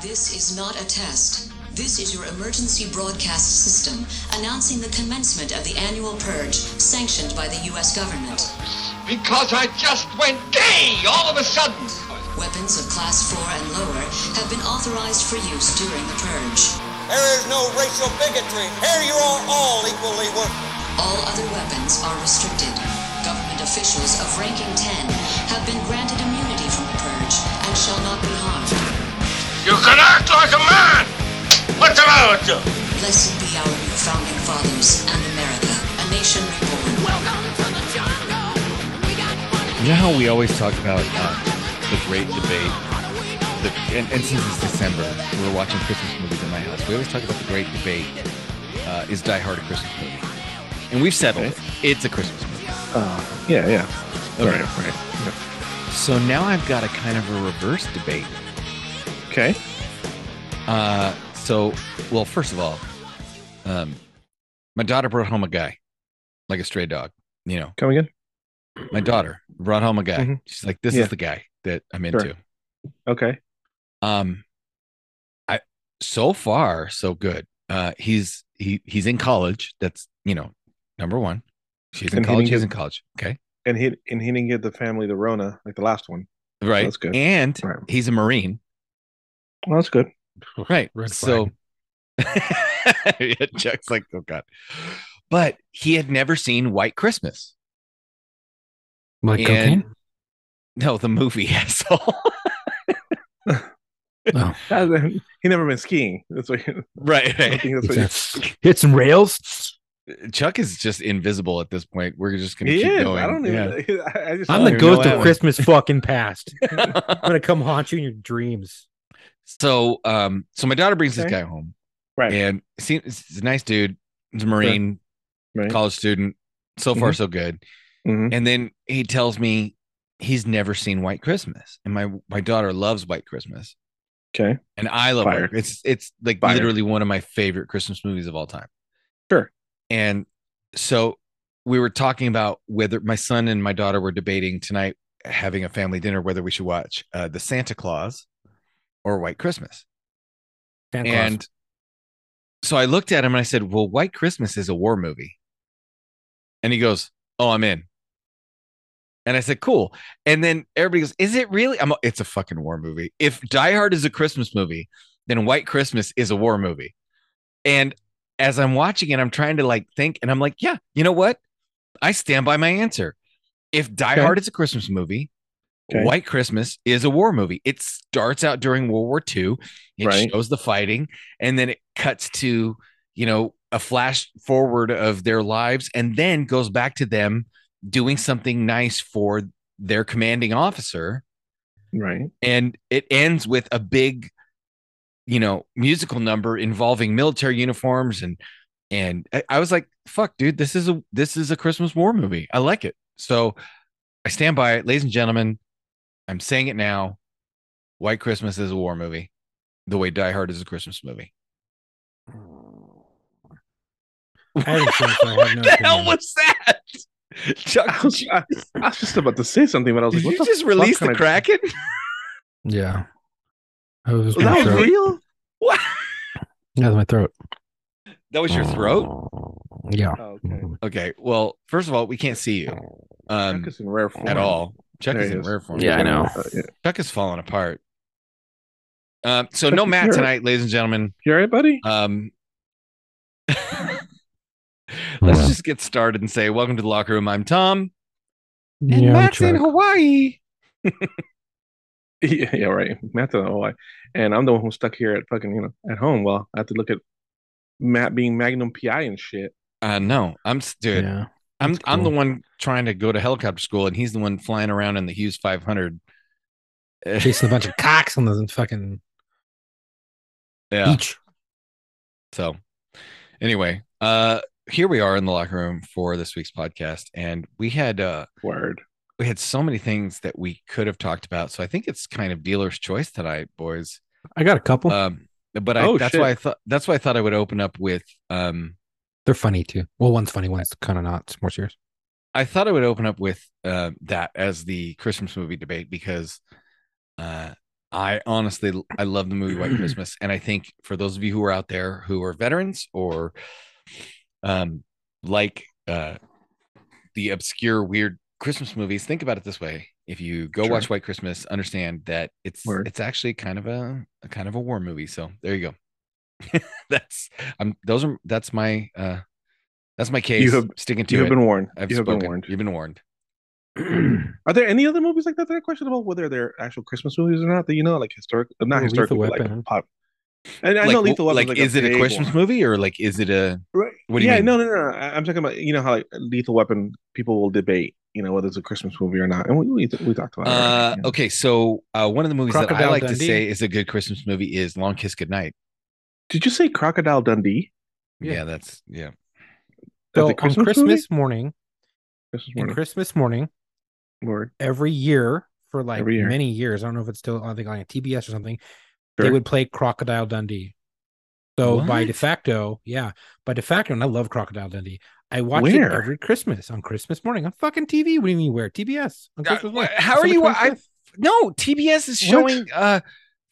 This is not a test. This is your emergency broadcast system announcing the commencement of the annual purge sanctioned by the U.S. government. Because I just went gay all of a sudden. Weapons of Class 4 and lower have been authorized for use during the purge. There is no racial bigotry. Here you are all equally worthless. All other weapons are restricted. Government officials of ranking 10 have been granted immunity from the purge and shall not be harmed. You can act like a man! What's the matter with you? Blessed be our new founding fathers and America, a nation reborn. Welcome to the jungle. We got money. You know how we always talk about uh, the great debate? The, and, and since it's December, we were watching Christmas movies at my house. We always talk about the great debate uh, is Die Hard a Christmas movie? And we've settled it. It's a Christmas movie. Uh, Yeah, yeah. Okay. Right, right. So now I've got a kind of a reverse debate. Okay. Uh, so, well, first of all, um, my daughter brought home a guy, like a stray dog. You know, Come again? my daughter brought home a guy. Mhm. She's like, this Yeah. is the guy that I'm Sure. into. Okay. um i so far so good uh he's he he's in college that's you know number one she's in And he college didn't he's get- in college okay And he and he didn't give the family the Rona like the last one. right that's good. and Right. he's a marine Well, that's good. right Red so yeah, chuck's like oh god but he had never seen white christmas Like And- cocaine? no the movie asshole Oh, he never been skiing. That's what. right, I right think that's what he- exactly. Hit some rails. chuck is just invisible at this point we're just gonna he keep is. going I don't even. I just. I'm Oh, the you ghost know of that Christmas fucking past. I'm gonna come haunt you in your dreams. so um so my daughter brings this Okay. guy home Right. and seems he's a nice dude. He's a Marine, Right. Mm-hmm. college student. So far, so good. Mhm. And then he tells me he's never seen White Christmas, and my my daughter loves White Christmas, Okay. and I love Fired. White. It's it's like Fired. literally one of my favorite Christmas movies of all time. Sure. And so we were talking about whether my son and my daughter were debating tonight having a family dinner whether we should watch uh, the Santa Claus or White Christmas Santa Claus. and so I looked at him and I said, "Well, White Christmas is a war movie." And he goes, "Oh, I'm in." And I said, "Cool." And then everybody goes, "Is it really?" I'm. It's a fucking war movie. If Die Hard is a Christmas movie, then White Christmas is a war movie. And as I'm watching it, I'm trying to like think, and I'm like, "Yeah, you know what? I stand by my answer. If Die Okay. Hard is a Christmas movie." Okay. White Christmas is a war movie. It starts out during World War II. It Right. shows the fighting, and then it cuts to you know a flash forward of their lives, and then goes back to them doing something nice for their commanding officer, Right. and it ends with a big, you know, musical number involving military uniforms and and I- I was like, "Fuck, dude, this is a this is a Christmas war movie. I like it." So I stand by it, ladies and gentlemen. I'm saying it now. White Christmas is a war movie, the way Die Hard is a Christmas movie. I haven't seen it, so I have what no the hell opinion. was that? Chuck, I was, I, I was just about to say something, but I was Oh, did like, you "What just the release fuck the kind Kraken? yeah, that Oh, was, of- my Was that throat. real? What? That was my throat. That was your throat. Yeah. Oh, okay. Okay. Well, first of all, we can't see you um, Chuck is in rare form. at all. Chuck There is he in is. rare form. Yeah, I know. Uh, Oh. yeah. Chuck is falling apart. Um, so Chuck no is Matt here. tonight, ladies and gentlemen. You all right, buddy? Um, let's just get started and say, "Welcome to the locker room." I'm Tom, and yeah, I'm Matt's in drunk. Hawaii. yeah, yeah, right. Matt's in Hawaii, and I'm the one who's stuck here at fucking you know at home. Well, I have to look at Matt being Magnum PI and shit. Uh, no, I'm s- dude. Yeah. I'm that's I'm the cool. one trying to go to helicopter school, and he's the one flying around in the Hughes 500. Uh, Chasing a bunch of cocks on the fucking yeah. beach. So, anyway, uh, here we are in the locker room for this week's podcast, and we had uh, Word. we had so many things that we could have talked about. So I think it's kind of dealer's choice tonight, boys. I got a couple. Um, but I, Oh, that's shit. why I thought that's why I thought I would open up with um, They're funny too. Well, one's funny, one's kind of not. It's more serious. I thought I would open up with uh, that as the Christmas movie debate because uh, I honestly I love the movie White Christmas, and I think for those of you who are out there who are veterans or um like uh the obscure weird Christmas movies, think about it this way: if you go Sure. watch White Christmas, understand that it's Word. it's actually kind of a, a kind of a war movie. So there you go. that's I'm those are that's my uh that's my case. have- sticking to You it. have been warned. I've you have spoken. been warned. You've been warned. Are there any other movies like that that are questionable, whether they're actual Christmas movies or not? That you know, like historic, uh, not Well, Lethal historical, but Weapon. like pop. And I like, know Lethal Weapon. like, is it a Christmas movie or like is it a Right. What do you yeah, mean? no, no, no. I, I'm talking about you know how like Lethal Weapon people will debate you know whether it's a Christmas movie or not, and we we, we talked about. it. Uh, Yeah. okay, so uh, one of the movies that I Crocodile like to Dundee. say is a good Christmas movie is Long Kiss Goodnight. Did you say Crocodile Dundee? Yeah, Yeah. yeah that's yeah. That's So a on movie? Christmas morning, Christmas on morning. Christmas morning, Word. every year for like Every year. many years. I don't know if it's still I think on TBS or something. They Sure. would play Crocodile Dundee. So by What? de facto, yeah, by de facto, and I love Crocodile Dundee. I watch Where? it every Christmas on Christmas morning on fucking TV. What do you mean where? TBS on Uh, Christmas morning. wh- how are December you- I- 25th. No, TBS is What? showing uh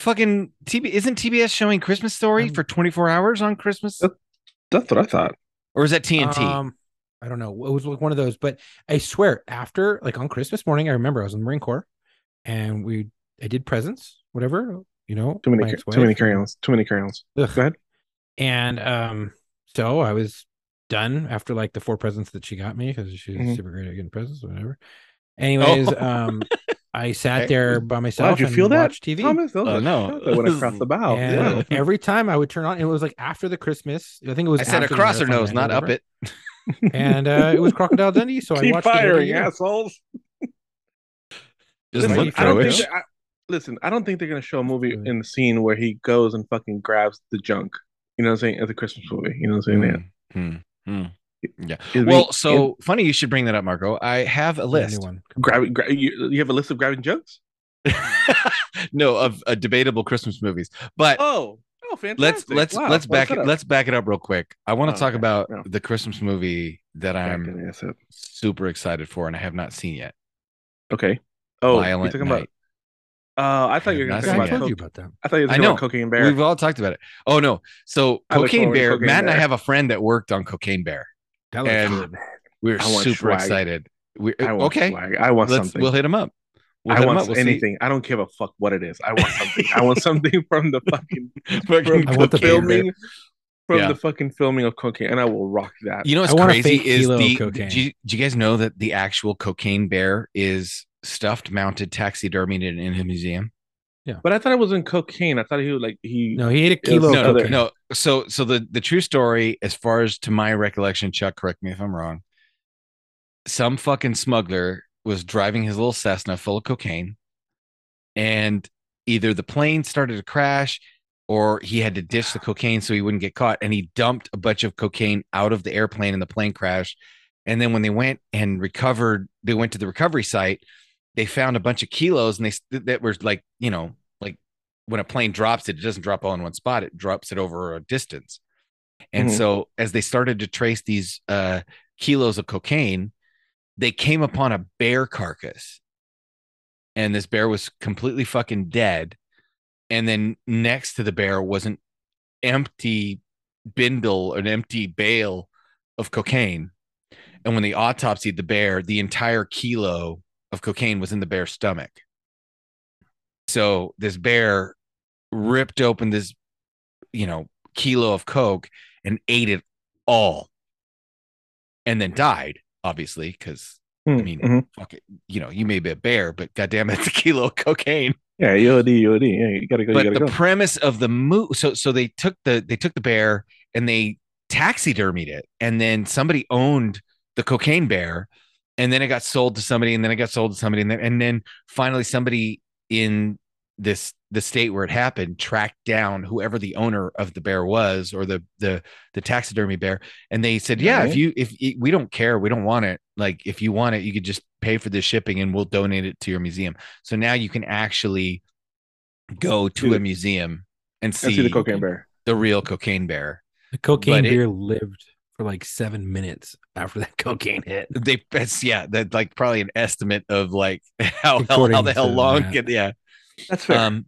fucking TB isn't TBS showing Christmas Story Um, for 24 hours on Christmas Uh, That's what I thought. or is that TNT? Um, I don't know. It was like one of those, but I swear, after like on Christmas morning, I remember I was in the Marine Corps, and we I did presents, whatever you know. Too many, my ca- ex-wife. too many carry-ons. Too many carry-ons. Ugh. Go ahead. And um, so I was done after like the four presents that she got me because she's Mhm. super great at getting presents, whatever. Anyways, Oh. um, I sat Okay. there by myself. you and feel that, watched TV. Thomas, those Uh, are no. shots that went across the bow. And Yeah. every time I would turn on, it was like after the Christmas. I think it was. I said after the across her marathon nose, night or not up whatever. it. And uh, it was Crocodile Dundee, so I Keep watched it every firing, year. assholes. Doesn't Listen, look I don't think pro-ish. that- I- listen, I don't think they're gonna show a movie Absolutely. in the scene where he goes and fucking grabs the junk. You know what I'm saying? As a Christmas movie. You know what I'm saying? Mm, mm, mm. Yeah. Well, so funny you should bring that up, Marco. I have a Yeah, new list. one. grab, grab you, you have a list of grabbing junks? no, of uh, debatable Christmas movies. But Oh, oh, fantastic! let's let's Wow, let's what a back it setup. let's back it up real quick. I want to Oh, talk okay. about No. the Christmas movie that Back I'm it, yes, it- super excited for and I have not seen yet. Okay. Oh, Violent you're talking Night. about. Uh, I I thought you were have gonna not talk Yeah, I about. told you Coke. about that. I thought you were I talking about know. Cocaine Bear. We've all talked about it. Oh no. So I look Cocaine forward to Bear, Cocaine Matt and I Bear. have a friend that worked on Cocaine Bear. That looks And- good. We We're I want super swag. excited. We I want okay. swag. I want Let's something. we'll hit him up. We'll I hit him want up. We'll see. anything. I don't give a fuck what it is. I want something. I want something from the fucking Fucking I want Cocaine Bear. the filming from Yeah. the fucking filming of cocaine, and I will rock that. You know what's I want a crazy fake is kilo of the. cocaine. Do, you, do you guys know that the actual cocaine bear is stuffed, mounted, taxidermied in, in a museum? But I thought it wasn't cocaine. I thought he would like he. No, he ate a It was kilo. no, of no, other- cocaine. no. So, so the the true story, as far as to my recollection, Chuck, correct me if I'm wrong. Some fucking smuggler was driving his little Cessna full of cocaine, and either the plane started to crash, or he had to ditch the cocaine so he wouldn't get caught, and he dumped a bunch of cocaine out of the airplane, and the plane crashed. And then when they went and recovered, they went to the recovery site. They found a bunch of kilos, and they that were like you know like when a plane drops it, it doesn't drop all in one spot. It drops it over a distance. And Mhm. so as they started to trace these uh, kilos of cocaine, they came upon a bear carcass, and this bear was completely fucking dead. And then next to the bear was an empty bindle, an empty bale of cocaine. And when they autopsied the bear, the entire kilo of cocaine was in the bear's stomach. So this bear ripped open this, you know, kilo of coke and ate it all, and then died. Obviously, because Hmm, I mean- mhm. fuck it, you know, you may be a bear, but goddamn, that's a kilo of cocaine yeah, EOD, EOD. Yeah, you gotta go. you but gotta the go. premise of the move so so they took the they took the bear and they taxidermied it and then somebody owned the cocaine bear and then it got sold to somebody and then it got sold to somebody and then and then finally somebody in this the state where it happened tracked down whoever the owner of the bear was or the the the taxidermy bear and they said yeah if Right. you if y- we don't care we don't want it like if you want it you could just pay for the shipping and we'll donate it to your museum so now you can actually go to the- a museum and see, and see the cocaine bear. the real cocaine bear. The cocaine But it- beer lived for like seven minutes after that cocaine hit. They that's yeah, that like probably an estimate of like how hell, According how the hell to long Matt. can yeah. That's fair. Um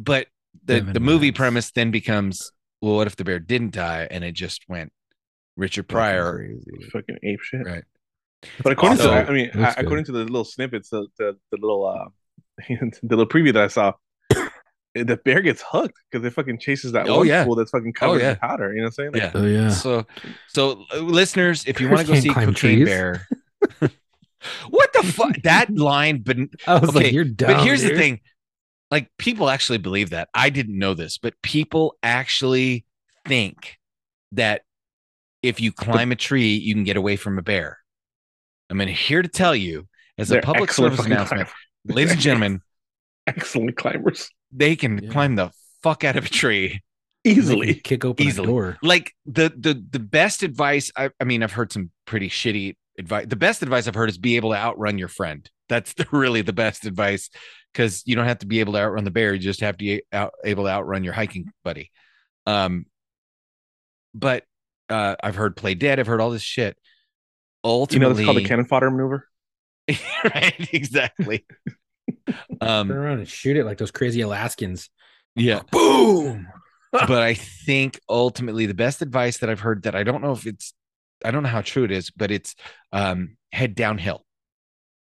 but the, Seven the movie minutes. premise then becomes well what if the bear didn't die and it just went richard pryor Crazy. fucking ape shit. Right. But according awesome. to, I mean, I, Looks good. according to the little snippets, the the, the little uh, the little preview that I saw, the bear gets hooked because it fucking chases that Oh, one yeah. fool that's fucking covered yeah. in powder. You know what I'm saying? Yeah. Oh yeah. so so uh, listeners if you want to Chris go can't see climb cocaine trees. bear what the fuck that line but I was Okay, like, you're dumb. but here's the dude." thing like people actually believe that i didn't know this but people actually think that if you climb a tree you can get away from a bear i'm in here to tell you as a They're public excellent service fucking announcement climbers. ladies and gentlemen excellent climbers they can Yeah. climb the fuck out of a tree Make me easily. kick open Easily. a door. like the the the best advice I, I mean i've heard some pretty shitty advice the best advice i've heard is be able to outrun your friend that's the, really the best advice because you don't have to be able to outrun the bear you just have to be out, able to outrun your hiking buddy um but uh i've heard play dead i've heard all this shit You know, ultimately it's called the cannon fodder maneuver. right exactly Turn um around and shoot it like those crazy Alaskans. yeah Boom. but I think ultimately the best advice that I've heard that I don't know if it's I don't know how true it is, but it's um, head downhill,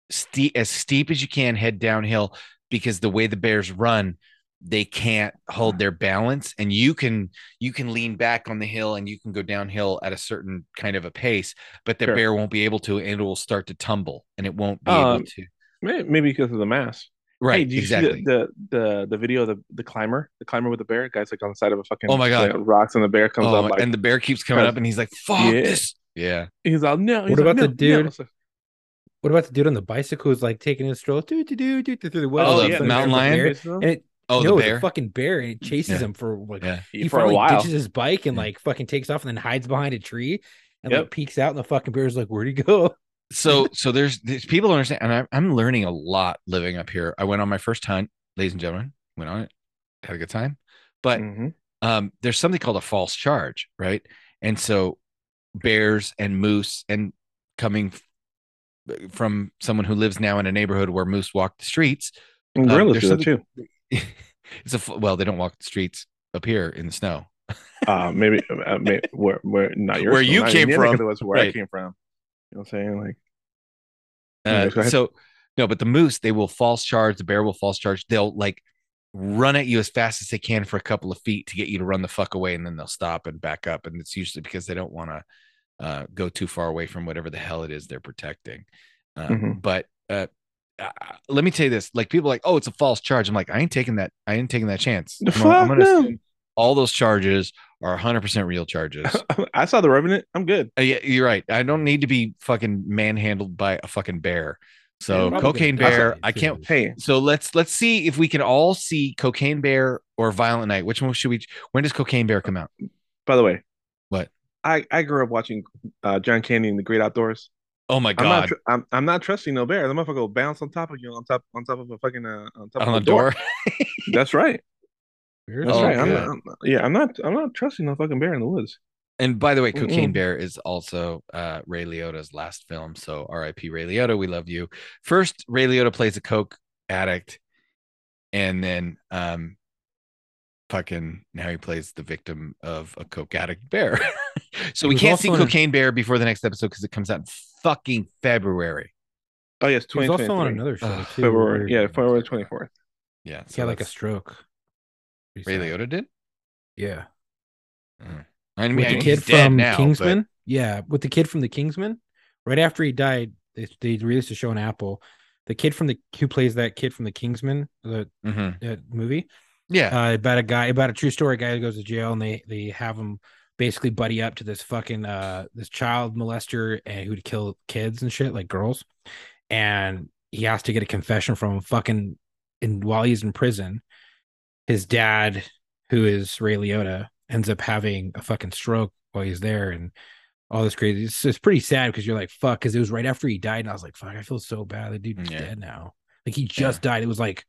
steep as steep as you can, head downhill because the way the bears run, they can't hold their balance, and you can you can lean back on the hill and you can go downhill at a certain kind of a pace, but the Sure. bear won't be able to, and it will start to tumble, and it won't be Um, able to. May- Maybe because of the mass. Hey, Right, did you exactly. see the, the the the video of the, the climber, the climber with the bear? Guy's like on the side of a fucking Oh my God. like, rocks, and the bear comes oh, up. Like, and the bear keeps coming Because- up, and he's like, "Fuck Yeah. this." Yeah. he's all no. He's What like, about "No, the no." dude- It's like, What about the dude on the bicycle who's like taking his stroll doo, doo, doo, doo, doo, through the woods? Oh, All of a the sudden mountain there's a lion? bear, "Seriously?" And it, Oh, no, the bear. fucking bear, and it chases Yeah. him for like yeah. he for a finally while. ditches his bike and Yeah. like fucking takes off and then hides behind a tree and Yep. like peeks out and the fucking bear's like, Where'd he go? so so there's, there's people don't understand and I'm, I'm learning a lot living up here i went on my first hunt ladies and gentlemen went on it had a good time but Mhm. um there's something called a false charge right and so bears and moose and coming f- from someone who lives now in a neighborhood where moose walk the streets And Um, gorillas there's do that something- too. it's a f- well they don't walk the streets up here in the snow Uh, maybe, uh, may where, where not yours, Where you not came your neck of from. the woods, where I Right. came from. You know what I'm saying? Like, Uh, Anyways, go ahead. so no, but the moose they will false charge. The bear will false charge. They'll like run at you as fast as they can for a couple of feet to get you to run the fuck away, and then they'll stop and back up. And it's usually because they don't want to uh, go too far away from whatever the hell it is they're protecting. Uh, Mhm. But uh, uh, let me tell you this: like people are like, oh, it's a false charge. I'm like, I ain't taking that. I ain't taking that chance. The I'm gonna- I'm fuck, gonna no. assume all those charges are 100 percent real charges. I saw the revenant. I'm good. Uh, yeah, you're right. I don't need to be fucking manhandled by a fucking bear. So Yeah, Probably cocaine gonna die, bear, I too. can't. Hey, So let's let's see if we can all see cocaine bear or violent night. Which one should we? When does cocaine bear come out? by the way, What? I I grew up watching uh, John Candy and the Great Outdoors. Oh my I'm not god, tr- I'm, I'm not trusting no bear. The motherfucker will bounce on top of you on top on top of a fucking uh, on top on of the a door. door. That's right. Bears That's Oh, are right. I'm good. good. not, I'm not- yeah, I'm not I'm not trusting no fucking bear in the woods. And by the way, Cocaine Mm-mm. Bear is also uh, Ray Liotta's last film. So R.I.P. Ray Liotta, we love you. First, Ray Liotta plays a coke addict, and then um, fucking now he plays the victim of a coke addict bear. so He we was can't see also in a- Cocaine Bear before the next episode because it comes out in fucking February. Oh yes, He was twenty also on twenty another show Ugh, too. February. where Yeah, February twenty fourth. Yeah, He had like a that's- stroke. Ray Recently. Liotta did. Yeah. I mean, with I the mean, kid he's dead from now, but- Kingsman. Yeah, with the kid from the Kingsman. Right after he died, they, they released a show on Apple. The kid from the who plays that kid from the Kingsman, the Mhm. that movie, Yeah, uh, about a guy about a true story guy who goes to jail, and they they have him basically buddy up to this fucking uh this child molester and who'd kill kids and shit like girls, and he has to get a confession from him fucking and while he's in prison, his dad, who is Ray Liotta, ends up having a fucking stroke while he's there and all this crazy. It's, it's pretty sad because you're like, fuck, because it was right after he died. And I was like, fuck, I feel so bad. The dude's Yeah. dead now. Like he just died. It was like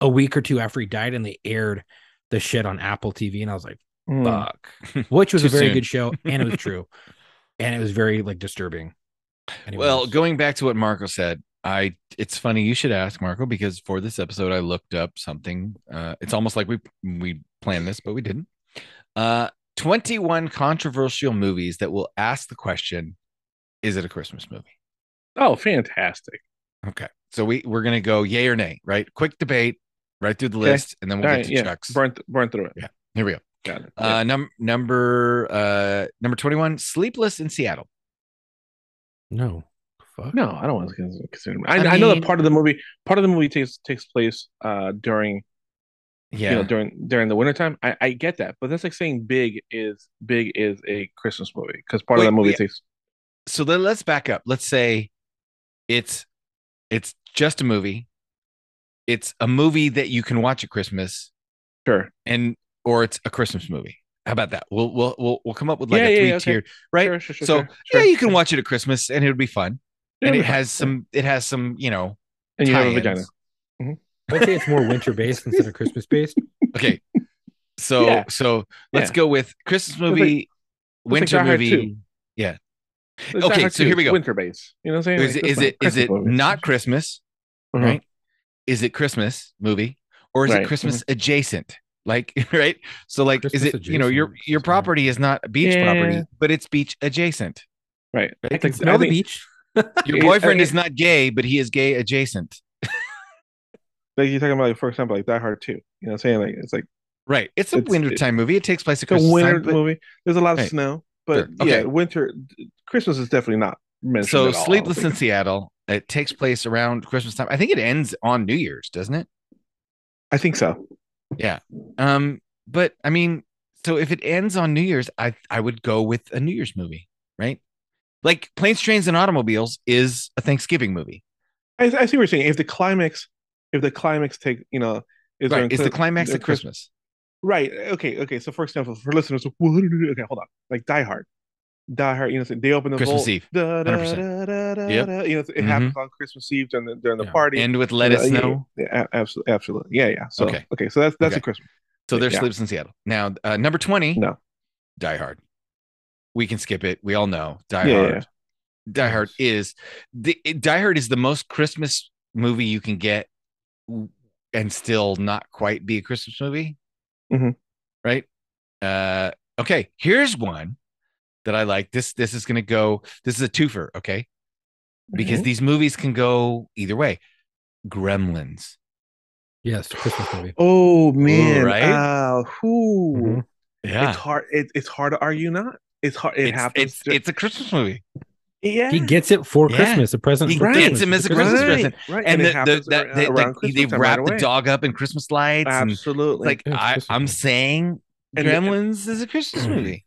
a week or two after he died and they aired the shit on Apple TV. And I was like, Mm. fuck, which was a Hmm. Too very soon. good show and it was true. and it was very like disturbing. Anyways. Well, going back to what Marco said, I it's funny you should ask Marco because for this episode I looked up something. Uh, it's almost like we we planned this, but we didn't. Uh, Twenty one controversial movies that will ask the question: Is it a Christmas movie? Oh, fantastic. Okay, so we we're gonna go yay or nay, right? Quick debate, right through the Okay. list, and then we'll All get right, to yeah. Chuck's. Burn, th- burn through it. Here we go. Got it. Uh, num- number uh number twenty one: Sleepless in Seattle. No. Fuck. No, I don't want to consider. I, I, I know mean- that part of the movie, part of the movie takes takes place uh, during Yeah, you know during during the wintertime. I, I get that, but that's like saying big is big is a Christmas movie because part Wait, of that movie yeah. takes. so then let's back up. Let's say it's it's just a movie. It's a movie that you can watch at Christmas Sure, and or it's a Christmas movie. How about that? We'll we'll we'll, we'll come up with like Yeah, a yeah, three yeah, okay. tiered, right? sure, sure, sure. so sure, sure, yeah, you can sure. watch it at Christmas and it would be fun. Yeah, and it'll it be has fun. some it has some, you know, Yeah. and you have a vagina. tie-ins. I'd say it's more winter based instead of Christmas based. Okay. So Yeah. so let's Yeah. go with Christmas like- movie, like winter Die Hard movie. 2. It's Die Okay, Hard so here 2, we go. Winter base. You know what I'm saying? Is Like, it is that's it is Christmas it movie. not Christmas? Mhm. right? Is it Christmas movie or is Right. mm-hmm. it Christmas adjacent? Like, right? So, like, is Christmas it you know your adjacent. your property is not a beach Yeah. property, but it's beach adjacent. Right. Right? I I can think- smell I the think- beach. Your It- uh, boyfriend it- is not gay, but he is gay adjacent. Like you're talking about, like, for example, like Die Hard 2. You know what I'm saying? Like it's like Right. It's a It's- wintertime movie. It takes place at it's a Christmas winter time, but- movie. There's a lot of Right. snow, but Sure. Okay. yeah, winter Christmas is definitely not mentioned. So, at all, I don't Sleepless think. in Seattle. It takes place around Christmas time. I think it ends on New Year's, doesn't it? I think so. Um, but I mean, so if it ends on New Year's, I I would go with a New Year's movie, right? Like Planes, Trains, and Automobiles is a Thanksgiving movie. I, I see what you're saying. If the climax, if the climax take, you know, is right. during It's the Chris- climax during of Christmas. Right. uh, Okay. Okay. So for example, for listeners, what- okay, hold on. Like Die Hard, Die Hard. You know, they open the Christmas vault, Eve, Da, da, 100%. da, da, Yep. da, You know, it happens on Christmas Eve during the during the Yeah. party. End with Let It Uh, yeah, Snow. Yeah, a- absolutely, absolutely. Yeah, yeah. So Okay. okay, so that's that's Okay. a Christmas. So there's Yeah. Sleeps in Seattle. Now, uh, number 20, No. Die Hard. We can skip it. We all know Die Yeah, Hard. yeah. Die Hard is the it- Die Hard is the most Christmas movie you can get w- and still not quite be a Christmas movie. Mhm. Right? Uh okay, here's one that I like. This this is gonna go, this is a twofer, okay? Mm-hmm. Because these movies can go either way. Gremlins. Yes, Christmas movie. Oh man, right? Mm-hmm. Uh, who? Mhm. Yeah. It's hard. It, it's hard to argue not. It's hard. It it's, happens. It's, it's a Christmas movie. yeah. He gets it for Yeah. Christmas, a present. He for gets Christmas. him It's as a Christmas right, present. right. And, it the, the, happens that, ar- they, around like, Christmas they time wrap right the away. dog up in Christmas lights. And, Absolutely. like Yeah, it's I, Christmas I'm movie. Hmm. saying, And the- Gremlins is a Christmas movie.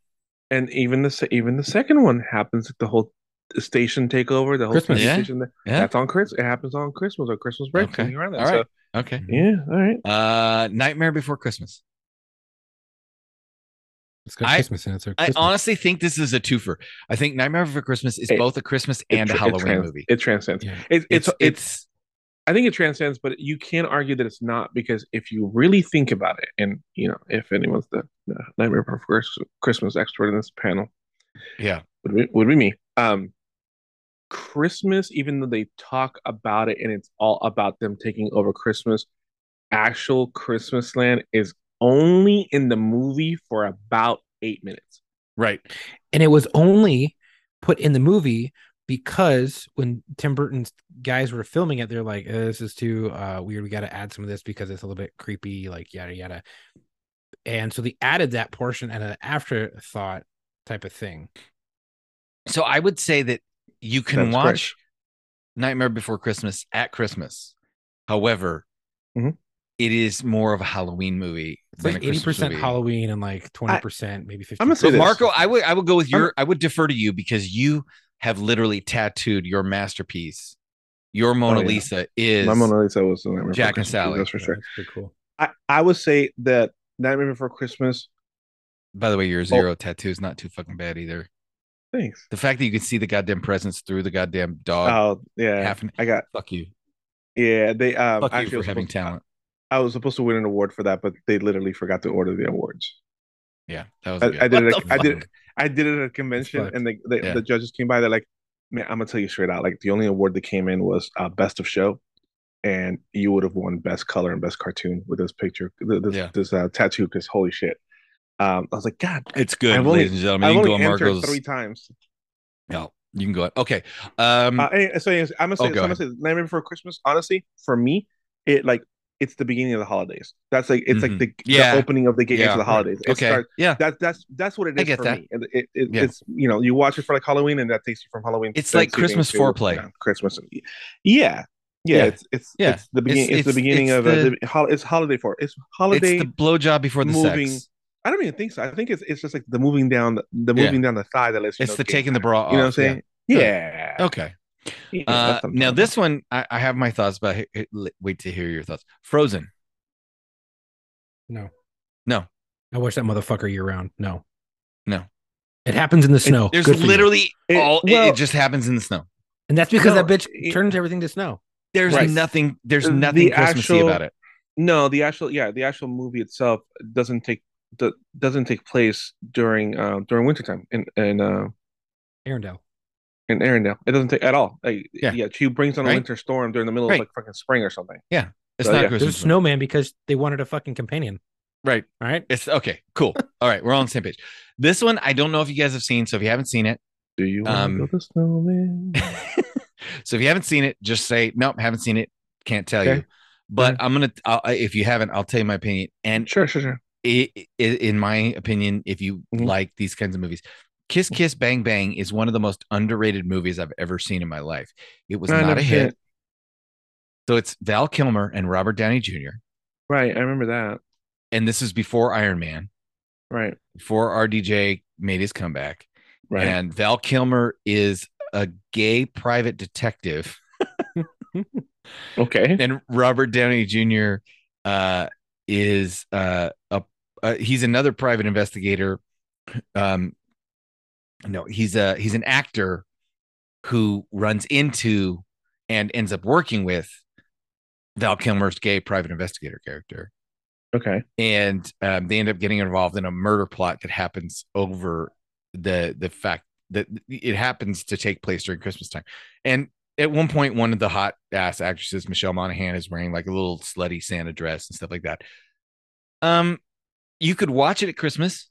and even the se- even the second one happens. Like the whole station takeover. The whole Christmas. TV Yeah. station. that- Yeah. That's on Christmas. It happens on Christmas or Christmas break. Okay. something Around that. All so, right. Okay. Yeah. All right. Uh, Nightmare Before Christmas. It's got I- Christmas in it. So I Christmas. honestly think this is a twofer. I think Nightmare Before Christmas is It- both a Christmas It and a tra- it Halloween trans- movie. It transcends. Yeah. It's It's it's it's, it's I think it transcends, but you can argue that it's not because if you really think about it, and you know, if anyone's the uh, Nightmare Before Chris- Christmas expert in this panel, yeah. would be, would be me. Um, Christmas, even though they talk about it and it's all about them taking over Christmas, actual Christmas land is only in the movie for about eight minutes. Right. and it was only put in the movie because when Tim Burton's guys were filming it, they're like, "Uh, "This is too uh, weird. We got to add some of this because it's a little bit creepy." Like yada yada, and so they added that portion and an afterthought type of thing. So I would say that you can That's correct. watch Nightmare Before Christmas at Christmas. However, Mhm. it is more of a Halloween movie. It's than like a eighty Christmas percent movie. Halloween and like twenty percent, maybe fifty. I'm gonna say But this. Marco, I would I would go with I'm- your I would defer to you because you have literally tattooed your masterpiece. Your Mona Oh, yeah. Lisa is My Mona Lisa was the Nightmare Before Jack and Christmas, Sally. That's for sure. That's pretty cool. I, I would say that Nightmare Before Christmas. by the way, Oh. your zero tattoo is not too fucking bad either. Thanks. The fact that you can see the goddamn presents through the goddamn dog Oh yeah, half an I got fuck you. yeah. They um, Fuck you actually for was having supposed to- talent. I was supposed to win an award for that, but they literally forgot to order the awards. Yeah, that was I, I good. did it. What At, the I did. fuck? I did it at a convention, fucked. and they, they, Yeah. the judges came by. They're like, man, I'm gonna tell you straight out. Like the only award that came in was uh, best of show, and you would have won best color and best cartoon with this picture, th- this Yeah. this uh, tattoo. Because holy shit, um, I was like, God, It's good, I've only- ladies and gentlemen. I've You can only go on entered Marco's. three times. No, you can go on. Okay. Um, Uh, anyway, so anyways, I'm gonna say, Oh, so go I'm gonna say Nightmare Before Christmas. Honestly, for me, it like it's the beginning of the holidays. That's like it's Mhm. like the, Yeah. the opening of the gate Yeah. into the holidays. It okay. starts- yeah. that that's that's what it I is get for that. me. And It, it, Yeah. It's you know you watch it for like Halloween and that takes you from Halloween. to It's like Thanksgiving Christmas to, foreplay. yeah, Christmas. and- Yeah. Yeah, Yeah. it's it's Yeah. it's the beginning. It's- It's, it's- the beginning it's of a- the- the hol- it's holiday for it's holiday. it's the blowjob before the moving- sex. I don't even think so. I think it's it's just like the moving down the, the Yeah. moving down the thigh that lets you It's know the game taking the time. bra off. You know what I'm yeah. saying? Yeah. Okay. Yeah, Uh, that's what I'm now talking this one, I, I have my thoughts, but he- he- li- wait to hear your thoughts. Frozen. No. No. I watch that motherfucker year round. No. No. It happens in the Oh, snow. There's Good for you. literally It- all. it- It, well- just happens in the snow. and that's because No, that bitch it- turns everything to snow. There's Right. nothing. There's The nothing Christmassy actual- about it. No, the actual yeah, the actual movie itself doesn't take do- doesn't take place during uh, during wintertime in in uh, Arendelle. in Arendelle. It doesn't take at all. Like, Yeah. yeah. she brings on a Right. winter storm during the middle Right. of like fucking spring or something. It's So, not Oh, yeah. There's a Christmas. snowman because they wanted a fucking companion. Right. All right. It's okay. Cool. All right. We're on the same page. This one, I don't know if you guys have seen. So if you haven't seen it, Do you want Um, to build a snowman? so if you haven't seen it, just say nope, haven't seen it. Can't tell Okay. Mm-hmm. you. But I'm gonna. I'll, I- if you haven't, I'll tell you my opinion. And sure, sure, sure. i i in my opinion, if you Mhm. like these kinds of movies, Kiss Mm. Kiss Bang Bang is one of the most underrated movies I've ever seen in my life. It was No, I not a never seen hit. it. So it's Val Kilmer and Robert Downey Jr. Right, I remember that. And this is before Iron Man, Right, before RDJ made his comeback. right. And Val Kilmer is a gay private detective, okay. and Robert Downey Jr. Uh, is uh, a uh, he's another private investigator. Um, no, he's a he's an actor who runs into and ends up working with Val Kilmer's gay private investigator character. Okay. and um, they end up getting involved in a murder plot that happens over the the fact that it happens to take place during Christmas time. And at one point, one of the hot ass actresses, Michelle Monaghan, is wearing like a little slutty Santa dress and stuff like that. Um, you could watch it at Christmas,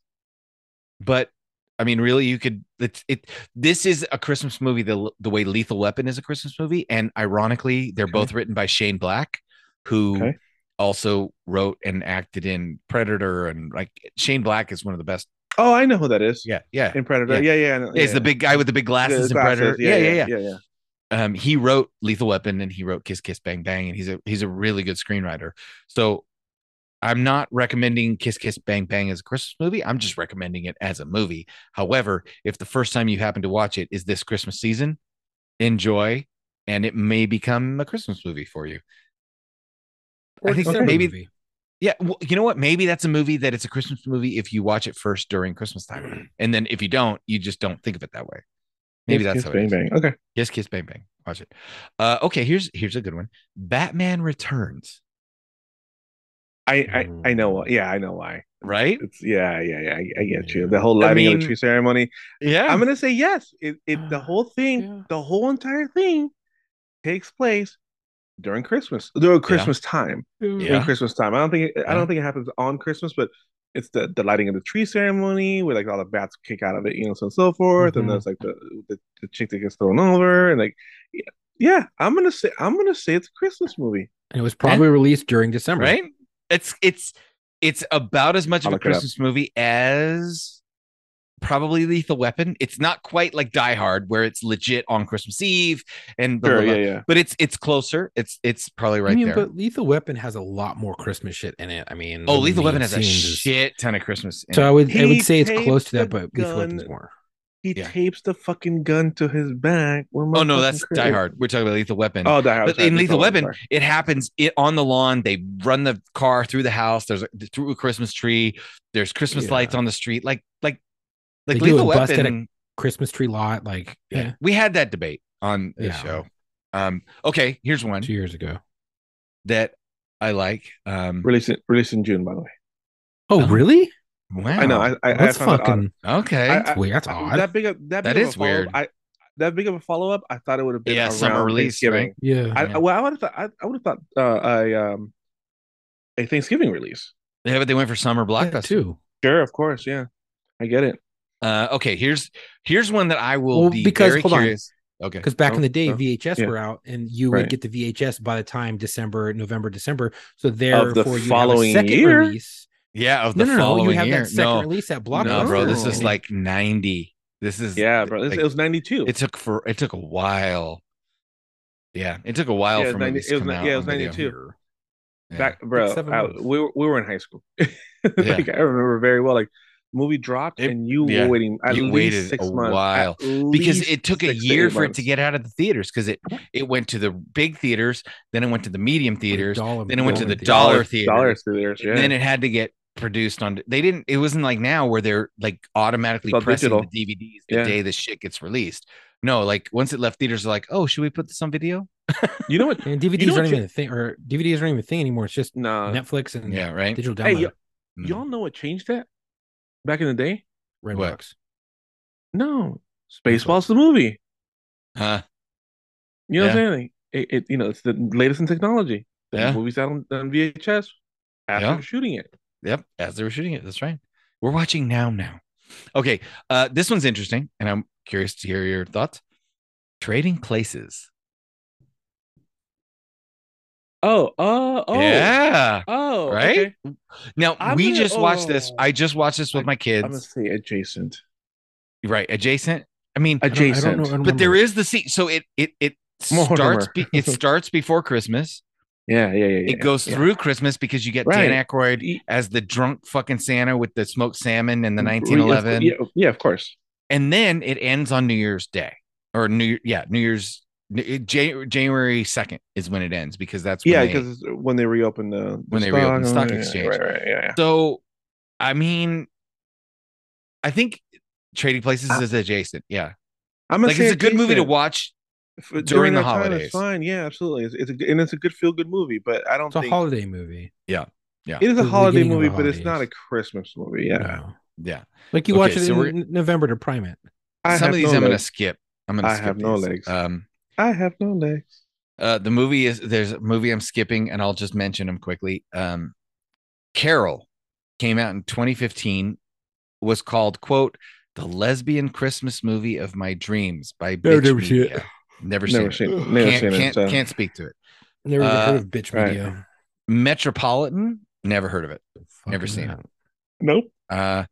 but I mean, really, you could. It, it this is a Christmas movie the the way Lethal Weapon is a Christmas movie, and ironically, they're Okay. both written by Shane Black, who Okay. also wrote and acted in Predator, and like Shane Black is one of the best. Oh, I know who that is. Yeah, yeah. In Predator. Yeah, yeah. yeah, Is the big guy with the big glasses in Predator? Yeah, yeah, yeah. yeah yeah, yeah. um, he wrote Lethal Weapon and he wrote Kiss Kiss Bang Bang, and he's a he's a really good screenwriter. So I'm not recommending Kiss Kiss Bang Bang as a Christmas movie. I'm just recommending it as a movie. However, if the first time you happen to watch it is this Christmas season, enjoy, and it may become a Christmas movie for you. I think December maybe movie. yeah, well, you know what? Maybe that's a movie that it's a Christmas movie if you watch it first during Christmas time, and then if you don't, you just don't think of it that way. Maybe Mm. Kiss, that's kiss, how it bang, is. bang. Okay. Yes, Kiss Bang Bang. Watch it. Uh, okay, here's here's a good one. Batman Returns. I, I I know. Hmm. why- Yeah, I know why. Right? It's yeah, yeah, yeah. I, I get Yeah. you. The whole I lighting of mean- the tree ceremony. Yeah. Ah, I'm gonna say yes. It, it the whole thing, Yeah. the whole entire thing, takes place during Christmas, during Christmas time, during yeah. Christmas time. I don't think it, I Yeah. don't think it happens on Christmas, but it's the, the lighting of the tree ceremony where like all the bats kick out of it, you know, so on and so forth. Mm-hmm. Mhm. And there's like the, the the chick that gets thrown over, and like yeah, yeah, I'm gonna say I'm gonna say it's a Christmas movie. And it was probably released during December. Right? It's it's it's about as much I'll of a look it up. Christmas movie as probably Lethal Weapon. It's not quite like Die Hard, where it's legit on Christmas Eve and blah, Sure, blah, blah. yeah, yeah. but it's it's closer. It's it's probably right I mean, there. but Lethal Weapon has a lot more Christmas shit in it. I mean, oh, than Lethal we Weapon have has a seen is- shit ton of Christmas. in So it. I would I He would say it's taped close to that, the but Lethal Weapon's gun more. He Yeah. tapes the fucking gun to his back. oh no, that's Die Hard. We're talking about Lethal Weapon. Oh, Die Hard. but sorry, in Lethal Lethal Weapon, sorry. it happens it, on the lawn. They run the car through the house. There's a, through a Christmas tree. There's Christmas Yeah. lights on the street. Like like like They do Lethal a bust at a- Weapon. Christmas tree lot, like eh, yeah, We had that debate on this Yeah. show. Um, okay, here's one two years ago. that I like. Um, Released in, released in June, by the way. Oh, Oh. really? wow. I know. I, I, I That's found that odd. fucking Okay. I- that's weird. That's odd. That big. Of, that, That big of is a follow- weird. I, that big of a follow up, I thought it would have been Yeah, around summer release, Thanksgiving. right? Yeah. I, I- well, I would have thought I, I would have thought uh, a um a Thanksgiving release. Yeah, but they went for summer blockbuster. too. Sure, of course, yeah, I get it. Uh, okay, here's here's one that I will Well, be because- very hold on. curious. Okay, Because back Oh, in the day, oh, VHS yeah. were out, and you Right. would get the VHS by the time December, November, December. So therefore, you following have a second year? release. yeah, of No, the no, no. following You have year. that second no, release at Blockbuster. no, bro, this is only. like ninety. This is Yeah, bro, this, like, it was ninety two. it took for it took a while. Yeah, it took a while Yeah, it for was 90 movies it to was come ni- out. yeah, it was on video. 92. Yeah. Back, bro, seven I- months. we were, we were in high school. like I remember very well. Like movie dropped, It- and you yeah. were waiting at You least waited six a months, while. at because least it took a six to year eight for it months. to get out of the theaters because it it went to the big theaters, then it went to the medium theaters, Dollar- then it went to dollar the theater. dollar theater. dollar theaters. Yeah, and then it had to get produced on. They didn't. It wasn't like now where they're like automatically It's all pressing digital. the DVDs the Yeah. day the shit gets released. No, like once it left theaters, they're like, oh, should we put this on video? you know what? And DVDs You know what aren't you- even a thing, or DVDs aren't even a thing anymore. It's just Nah, Netflix and Uh, Yeah, right. digital Hey, download. y- Mm. y'all know what changed that back in the day? What? Redbox. No, Spaceballs the movie. Huh? You know what Yeah. I'm saying? Like, it, it, you know, it's the latest in technology. The Yeah. movie's out on, on VHS after Yeah. shooting it. Yep. As they were shooting it. That's right. We're watching now. Now. Okay. Uh, this one's interesting, and I'm curious to hear your thoughts. Trading places. Oh, uh, oh, Yeah. oh, Right? okay. Now I'm we gonna- just watched this. oh. I just watched this with my I'm gonna kids. say adjacent, Right, adjacent. I mean, I don't- I don't adjacent. know- I don't but there remember. is the scene. So it it it Mortimer. starts. Be, it starts before Christmas. yeah, yeah, yeah, yeah. It goes yeah. through Christmas because you get Dan Right. Aykroyd E- as the drunk fucking Santa with the smoked salmon and the re- 1911, Yeah, oh, yeah, of course. and then it ends on New Year's Day or New yeah New Year's Jan- January second is when it ends because that's when Yeah, they- because when they reopen the, the When they reopen the stock, stock yeah, exchange. right, right, yeah, yeah. So, I mean, I think Trading Places is adjacent. Yeah, I'm gonna like say it's a good movie to adjacent. watch. F- during, during the that time, it's holidays. fine, yeah, absolutely. It's, it's a, g- and it's a good feel good movie, but I don't It's a think holiday movie. it is the a holiday beginning of the movie, but it's not a holidays. Christmas movie. Yeah, No. Yeah, Like you Okay, watch it so in we're- N- November to prime it. I some have of these no I'm gonna legs. skip. I'm gonna. I skip have no these. legs. Um, I have no legs. uh, the movie is there's a movie I'm skipping, and I'll just mention them quickly. Um, Carol came out in 2015. Was called quote the lesbian Christmas movie of my dreams by No, Bitch never seen it. Media. Never seen Never it. seen, never Can't seen can't, it. so- can't speak to it. Never even Uh, heard of bitch right. media. Metropolitan. Never heard of it. Fucking seen it. Nope. Uh,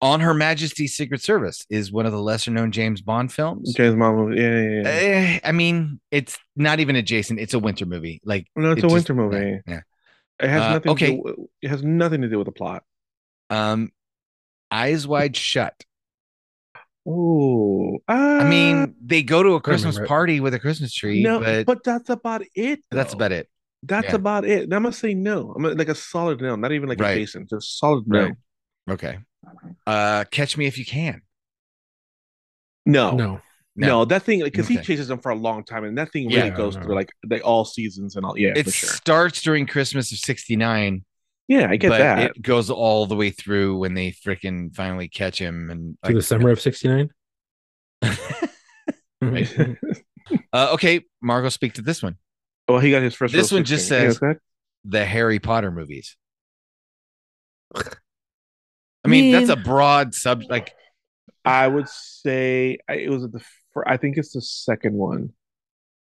On Her Majesty's Secret Service is one of the lesser known James Bond films. James Bond movie. Yeah, yeah, yeah. Eh, I mean, it's not even adjacent. It's a winter movie. Like no, it it's a just- winter movie. Yeah. It has Uh, nothing. okay. To do, it has nothing to do with the plot. yeah. Um, Eyes Wide Shut. Oh, I mean, they go to a Christmas remember it. party with a Christmas tree, no, but, but, that's about it. that's though. about it. That's yeah. about it. I'm gonna say no. I'm gonna, like a solid no, not even like Right. adjacent, just solid no. Right. Okay. Uh, Catch Me If You Can. Oh, No, no, No. that thing because he Okay. chases them for a long time, and that thing Yeah, really goes no. through like they all seasons and all. Yeah, it for sure. starts during Christmas of 69, Yeah, I get but that. it goes all the way through when they freaking finally catch him. And To the summer of 69? Right. uh, okay, Margot, speak to this one. well, he got his first. This real one just 16. Yeah, says- go ahead. the Harry Potter movies. I mean, that's a broad sub. Like, I would say I- it was the. Fir- I think it's the second one.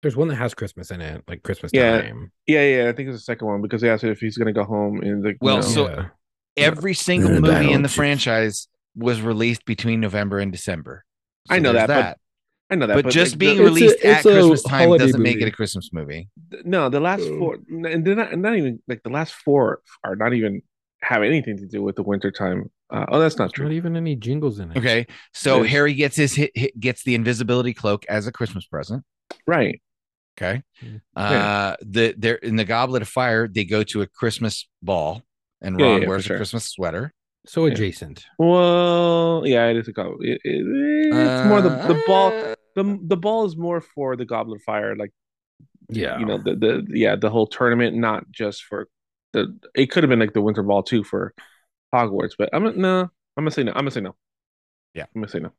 There's one that has Christmas in it, like Christmas Yeah. time. Yeah, yeah, I think it's the second one because they asked if he's gonna go home and like. Well, no. so- Yeah. every single Then movie in the Beetlejuice. franchise was released between November and December. I know there's that, but- I know that, But, just like, being the, It's a- released at it's a Christmas time holiday doesn't make it movie. a Christmas movie. no, the last four, and they're not, not even like the last four are not even have anything to do with the wintertime. Uh, oh, that's not There's not true. even any jingles in it. Okay, so Yes. Harry gets his hit, hit, gets the invisibility cloak as a Christmas present. Right. Okay, Yeah. uh, the they're in the Goblet of Fire. They go to a Christmas ball, and Yeah, Ron yeah, yeah, for wears a sure. Christmas sweater. So Yeah. adjacent. Well, yeah, it is a goblet. It, it- it's more the, the ball. Uh, The, the ball is more for the goblet of fire, like Yeah. you know the, the yeah the whole tournament, not just for the. It could have been like the winter ball too for Hogwarts, but I'm no. I'm gonna say no. I'm gonna say no. Yeah. I'm gonna say no.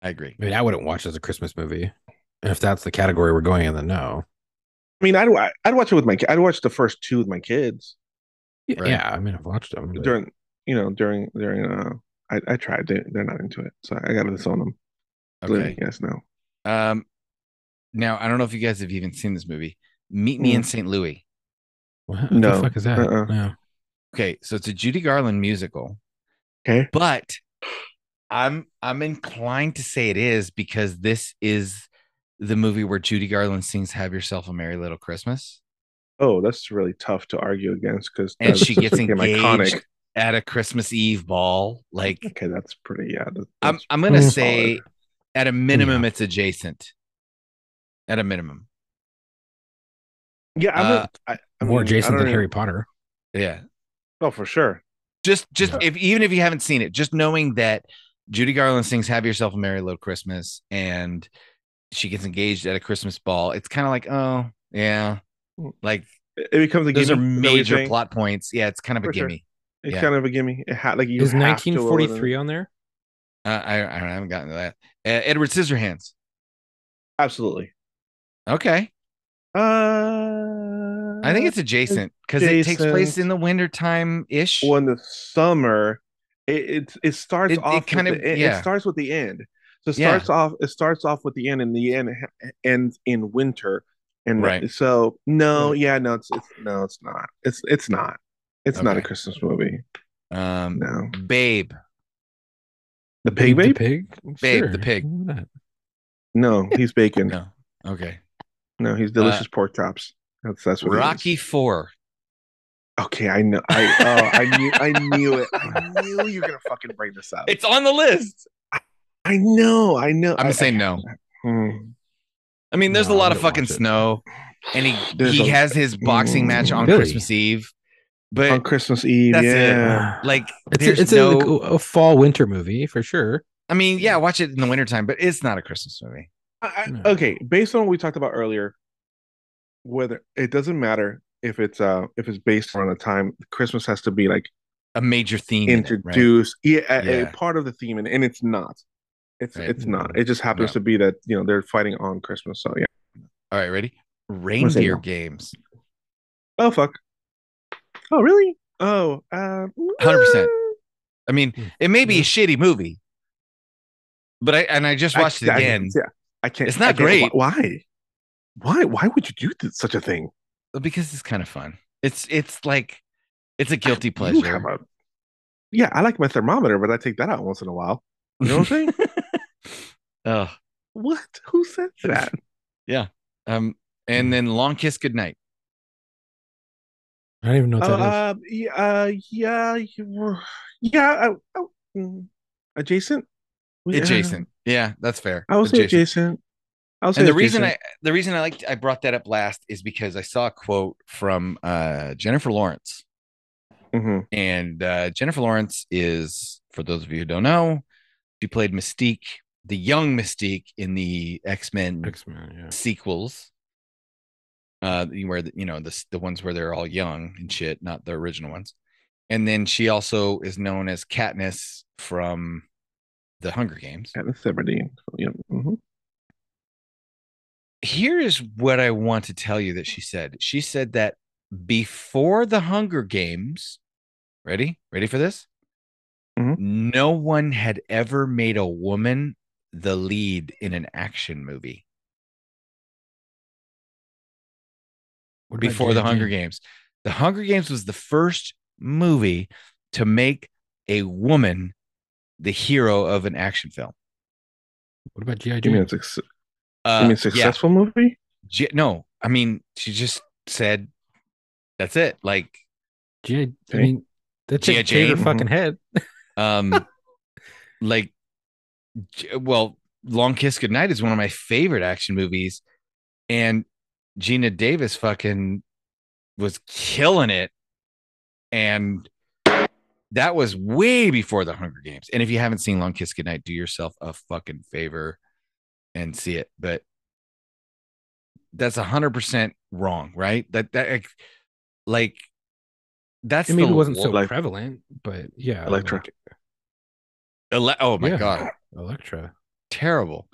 I agree. I mean, I wouldn't watch it as a Christmas movie. And if that's the category we're going in, then no. I mean, I'd wa- I'd watch it with my ki- I'd watch the first two with my kids Yeah, Right. yeah, I mean, I've watched them. but- during you know during during uh I, I tried they they're not into it so I got to disown them. Okay. Yes. No. Um, now I don't know if you guys have even seen this movie. Meet Mm. Me in St. Louis. What, the No. fuck is that? Uh-uh. No. Okay, so it's a Judy Garland musical, Okay. but I'm I'm inclined to say it is because this is the movie where Judy Garland sings "Have Yourself a Merry Little Christmas" Oh, that's really tough to argue against because And she gets engaged. at a Christmas Eve ball. Like Okay, that's pretty. Yeah. that- I'm that's I'm gonna solid. say at a minimum it's adjacent. At a minimum, Yeah, I'm uh, a, I, I More mean, I Jason don't than even- Harry Potter. yeah. Oh, for sure. Just just Yeah. if even if you haven't seen it, just knowing that Judy Garland sings "Have Yourself a Merry Little Christmas" and she gets engaged at a Christmas ball, it's kind of like oh yeah, like It it becomes a those are Mm. gimme, is that what you're major saying? plot points. Yeah, it's kind of a For sure. gimme. It's yeah. kind of a gimme. It ha- like you Is have to own it. 1943 on there? Uh, I I haven't gotten to that. Uh, Edward Scissorhands. Absolutely. Okay, Uh, I think it's adjacent because it takes place Adjacent. in the wintertime ish. well in the summer. It it, it starts It- it off. kind kind of- of it, yeah. starts with the end. So it Yeah. starts off. It starts off with the end, and the end ha- ends in winter. And Right. so no, yeah, no, it's, it's no, it's not. It's it's not. It's not a Okay. Christmas movie. Um, No, Babe. the pig the babe. pig? Babe, the pig. Look at that. No, he's bacon. No. Uh, Okay. No, he's delicious pork chops. That's that's what it is. Rocky Four. Okay, I know. I oh, I knew. I knew it. I knew you were gonna fucking bring this up. It's on the list. I know. I know. I'm I, just saying no. Hmm. I mean, there's No, a I lot of wouldn't fucking watch it. snow, and he There's he a- has his boxing match on Really? Christmas Eve, but on Christmas Eve. that's it. yeah. like It's, there's a, it's no. a, like, a fall winter movie for sure. I mean, yeah, watch it in the wintertime, but it's not a Christmas movie. I, I- No. Okay, based on what we talked about earlier, whether it doesn't matter if it's uh if it's based on a time Christmas has to be like A major theme. in it, right? introduced, yeah, a, a Yeah. part of the theme, and, and it's not. It's Right. Mm-hmm. it's not. It just happens No. to be that you know they're fighting on Christmas. So yeah. All right, ready? gonna say Reindeer no. games. Oh fuck. Oh really? Oh, uh, 100%. I mean, Hmm. Mm. it may be Yeah. a shitty movie, but I and I just I- watched I- it again yeah, I can't. It's not I can't- great. wh- Why? Why? Why would you do th- such a thing? because it's kind of fun. It's it's like it's a guilty You have pleasure. a- yeah, I like my thermometer, but I take that out once in a while. You know what I'm saying? Ugh. what? Who said that? Um, and then long kiss goodnight. I don't even know what Oh, that is. uh, yeah, uh, yeah, you were- yeah. I, I, mm, adjacent. We- uh, Adjacent. Yeah, that's fair. I would say adjacent. I would say And the reason I the reason I liked I brought that up last is because I saw a quote from uh, Jennifer Lawrence, I hmm and uh, Jennifer Lawrence is for those of you who don't know, she played Mystique, the young Mystique in the X Men X-Men, yeah. sequels. Uh, where the, you know the the ones where they're all young and shit, not the original ones. And then she also is known as Katniss from the Hunger Games. at the Severdeen. Yeah. mhm. Here is what I want to tell you that she said. She said that before the Hunger Games, ready? Ready for this? Mhm. No one had ever made a woman the lead in an action movie What about before the G.I. Hunger Jane? Games. The Hunger Games was the first movie to make a woman the hero of an action film. What about G.I. You mean Jane? it's suc- Uh, you mean yeah. successful movie? J- no, I mean, she just said, that's it. Like, G.I. I Okay. mean, that G.I. chick shaved her Jane? fucking head. um, like, j- well, Long Kiss Goodnight is one of my favorite action movies. And Gina Davis fucking was killing it. And that was way before the Hunger Games. And if you haven't seen Long Kiss Goodnight, do yourself a fucking favor and see it. But that's a hundred percent wrong, right? That that like, like that's I mean, the it wasn't so like- prevalent, but yeah. Electra. like Ele- oh my Yeah. god. Electra. Terrible.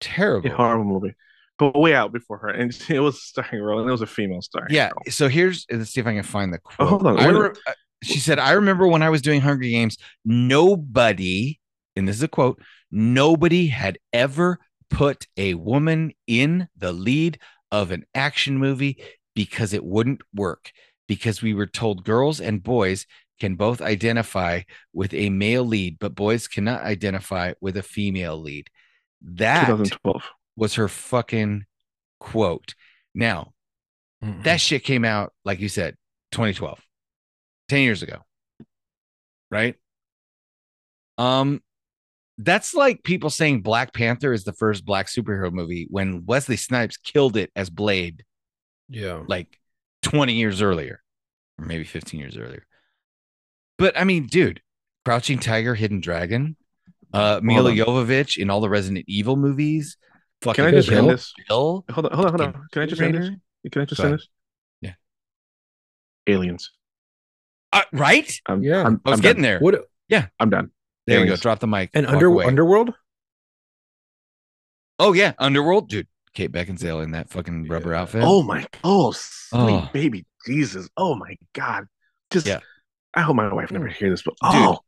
Terrible. a horrible movie. But way out before her, and it was a starring role, and it was a female star. Yeah. So here's let's see if I can find the quote. Oh, hold on, I wait a re- minute. I- she said, "I remember when I was doing Hunger Games, nobody, and this is a quote, nobody had ever put a woman in the lead of an action movie because it wouldn't work because we were told girls and boys can both identify with a male lead, but boys cannot identify with a female lead." That 2012. was her fucking quote. Now, that shit came out like you said 2012 10 years ago right um that's like people saying black panther is the first black superhero movie when wesley snipes killed it as blade yeah. like 20 years earlier or maybe 15 years earlier but i mean dude crouching tiger hidden dragon uh mila on. jovovich in all the resident evil movies fucking Can I just Kill end this? Bill, Hold on, hold on, hold on. Can I just end this? Rainer? Can I just Go end ahead. this? Yeah. Aliens. Uh, right I'm, Yeah. I'm, i was I'm getting done. there What I'm done. there you go Aliens. drop the mic an walk under away. underworld? Oh yeah, Underworld, dude. Kate Beckinsale in that fucking rubber outfit. Oh my, oh, sweet Oh. baby Jesus. Oh my God. Just, Yeah. Mm. I hope my wife never hears this, but oh,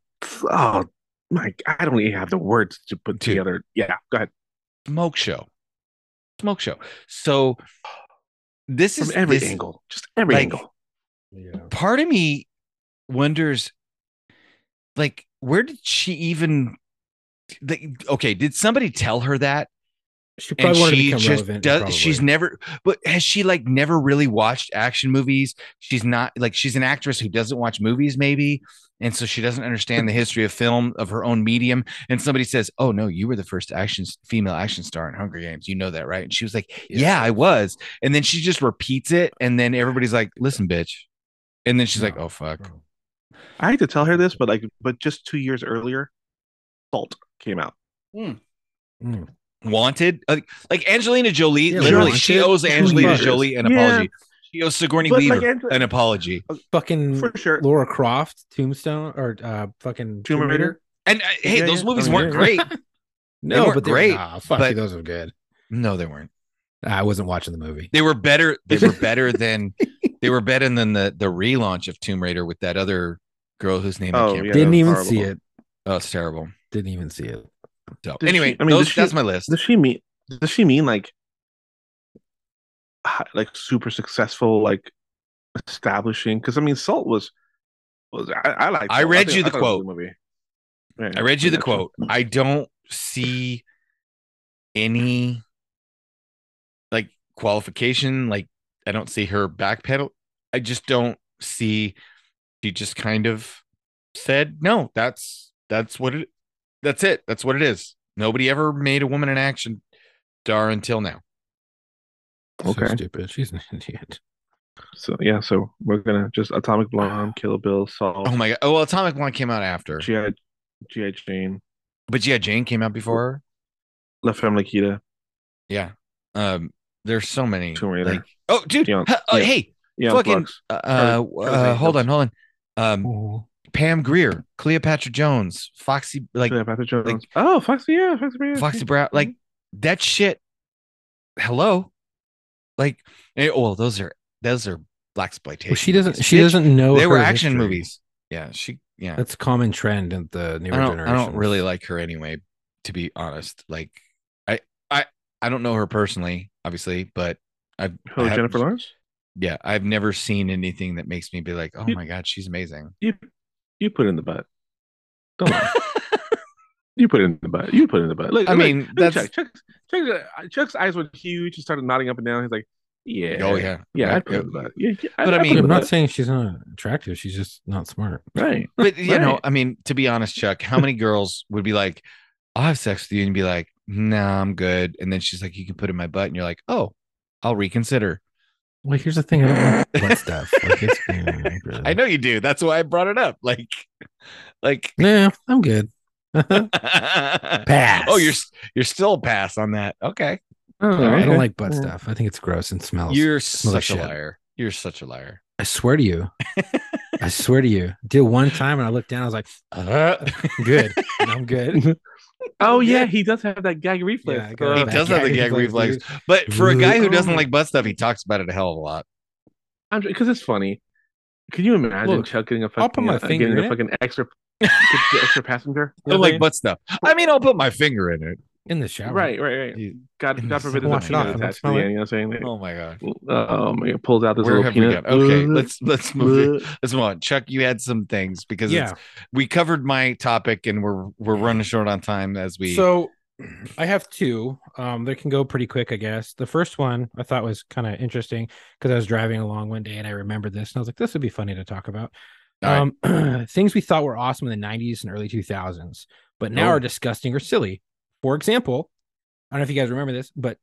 oh, my, I don't even have the words to put Dude. together. Yeah, go ahead. smoke show, smoke show. So this From is every this- angle, just every like, angle. Yeah. Part of me wonders, like, where did she even? The, okay, did somebody tell her that? She And probably wanted to she become just relevant. does. probably. She's never, but has she like never really watched action movies? She's not like she's an actress who doesn't watch movies, maybe, and so she doesn't understand the history of film of her own medium. And somebody says, "Oh no, you were the first action female action star in Hunger Games. You know that, right?" And she was like, "Yeah, I was." And then she just repeats it, and then everybody's like, "Listen, bitch," and then she's like, No. "Oh fuck." I hate to tell her this, but like, but just two years earlier, Salt came out. Mm. Wanted like, like Angelina Jolie. Yeah, literally, Wanted. she owes Two Angelina years. Jolie an Yeah. apology. She owes Sigourney But, Weaver like, Angel- an apology. Fucking For sure. Laura Croft, Tombstone, or uh, fucking Tomb Raider? And uh, hey, Yeah, those yeah. movies I mean, weren't yeah. great. No, weren't but they're great, Nah, fuck but- you, those were good. No, they weren't. I wasn't watching the movie. They were better. They were better than they were better than the the relaunch of Tomb Raider with that other girl whose name I Oh, can't yeah. remember. that Didn't was even horrible. see it. Oh, it's terrible. Didn't even see it. So Did anyway, she- I mean, those- did she- that's my list. Does she mean? Does she mean like, hi- like super successful, like establishing? Because I mean, Salt was was I, I like. I read you the quote. movie. Right. I read you the Gotcha. quote. I don't see any like qualification. Like I don't see her backpedal. I just don't see. She just kind of said, "No, that's that's what it. That's it. That's what it is." Nobody ever made a woman an action star until now. Okay. So stupid. She's an idiot. So yeah, so we're gonna just Atomic Blonde, Kill Bill, Salt, Oh my god. Oh well, Atomic Blonde came out after, GI GI Jane, but yeah, Jane came out before her. La Femme Nikita. Yeah. Um. There's so many. Tomb Raider. Like, oh, dude. Beyond- huh, oh, yeah. hey, Yeah, Fucking- Flux. uh, uh, Charlie uh, hold on, Angels. hold on. Um, Oh. Pam Greer, Cleopatra Jones, Foxy, like Cleopatra Jones. oh, Foxy, yeah, Foxy, yeah. Mm-hmm. Foxy Brown, like that shit. Hello, like eh, well, those are those are black exploitation. Well, she doesn't. movies. She Bitch, doesn't know. They were her action history. movies. Yeah, she. Yeah, That's a common trend in the newer I don't. I generation. don't really like her anyway. To be honest, like I, I, I don't know her personally, obviously, but I've I Who, have- Jennifer Lawrence. Yeah, I've never seen anything that makes me be like, oh You- my god, she's amazing. You you put in the butt. Don't lie. you put in the butt. You put in the butt. Look, I look, mean, look, that's- Chuck, Chuck's, Chuck's, uh, Chuck's eyes were huge. He started nodding up and down. He's like, "Yeah, Oh yeah, yeah, I Right. put in the butt. Yeah, yeah, But I put mean- in I'm the not butt. saying she's not attractive. She's just not smart. right. But you know, Right. I mean, to be honest, Chuck, how many girls would be like, "I'll have sex with you," and be like, "Nah, I'm good," and then she's like, "You can put it in my butt," and you're like, "Oh, I'll reconsider." Well, here's the thing. I don't like butt stuff. Like, it's, I know you do. That's why I brought it up. Like, like, Nah, I'm good. Pass. Oh, you're s- you're still a pass on that. Okay, I okay. don't like butt Yeah. stuff. I think it's gross and smells. you're smells like such a shit. liar. You're such a liar. I swear to you. I swear to you. Did one time and I looked down. I was like, uh, good. And I'm good. Oh yeah, he does have that gag reflex. Yeah, I Uh, got He that does have the gag gag reflex. reflex. But for a guy who doesn't Oh. like butt stuff, he talks about it a hell of a lot. because it's funny. Can you imagine Look, Chuck getting a fucking, I'll put my uh, finger getting in a it. fucking extra, get the extra passenger? I don't like butt stuff. I mean, I'll put my finger in it. in the shower. Right, right, right. You- God, God forbid Wash there's a it peanut off and attached to smell the it. end. You know what I'm saying? Like, Oh my god. Oh my god, pulls out this Where little have we peanut. got? Okay, Uh, let's let's move. it. Let's move on. Chuck, you had some things because it's Yeah. we covered my topic and we're we're running short on time as we So I have two. Um, they can go pretty quick, I guess. The first one I thought was kind of interesting because I was driving along one day and I remembered this and I was like, this would be funny to talk about. All right. Um, things we thought were awesome in the 90s and early 2000s, but now Oh. are disgusting or silly. For example, I don't know if you guys remember this, but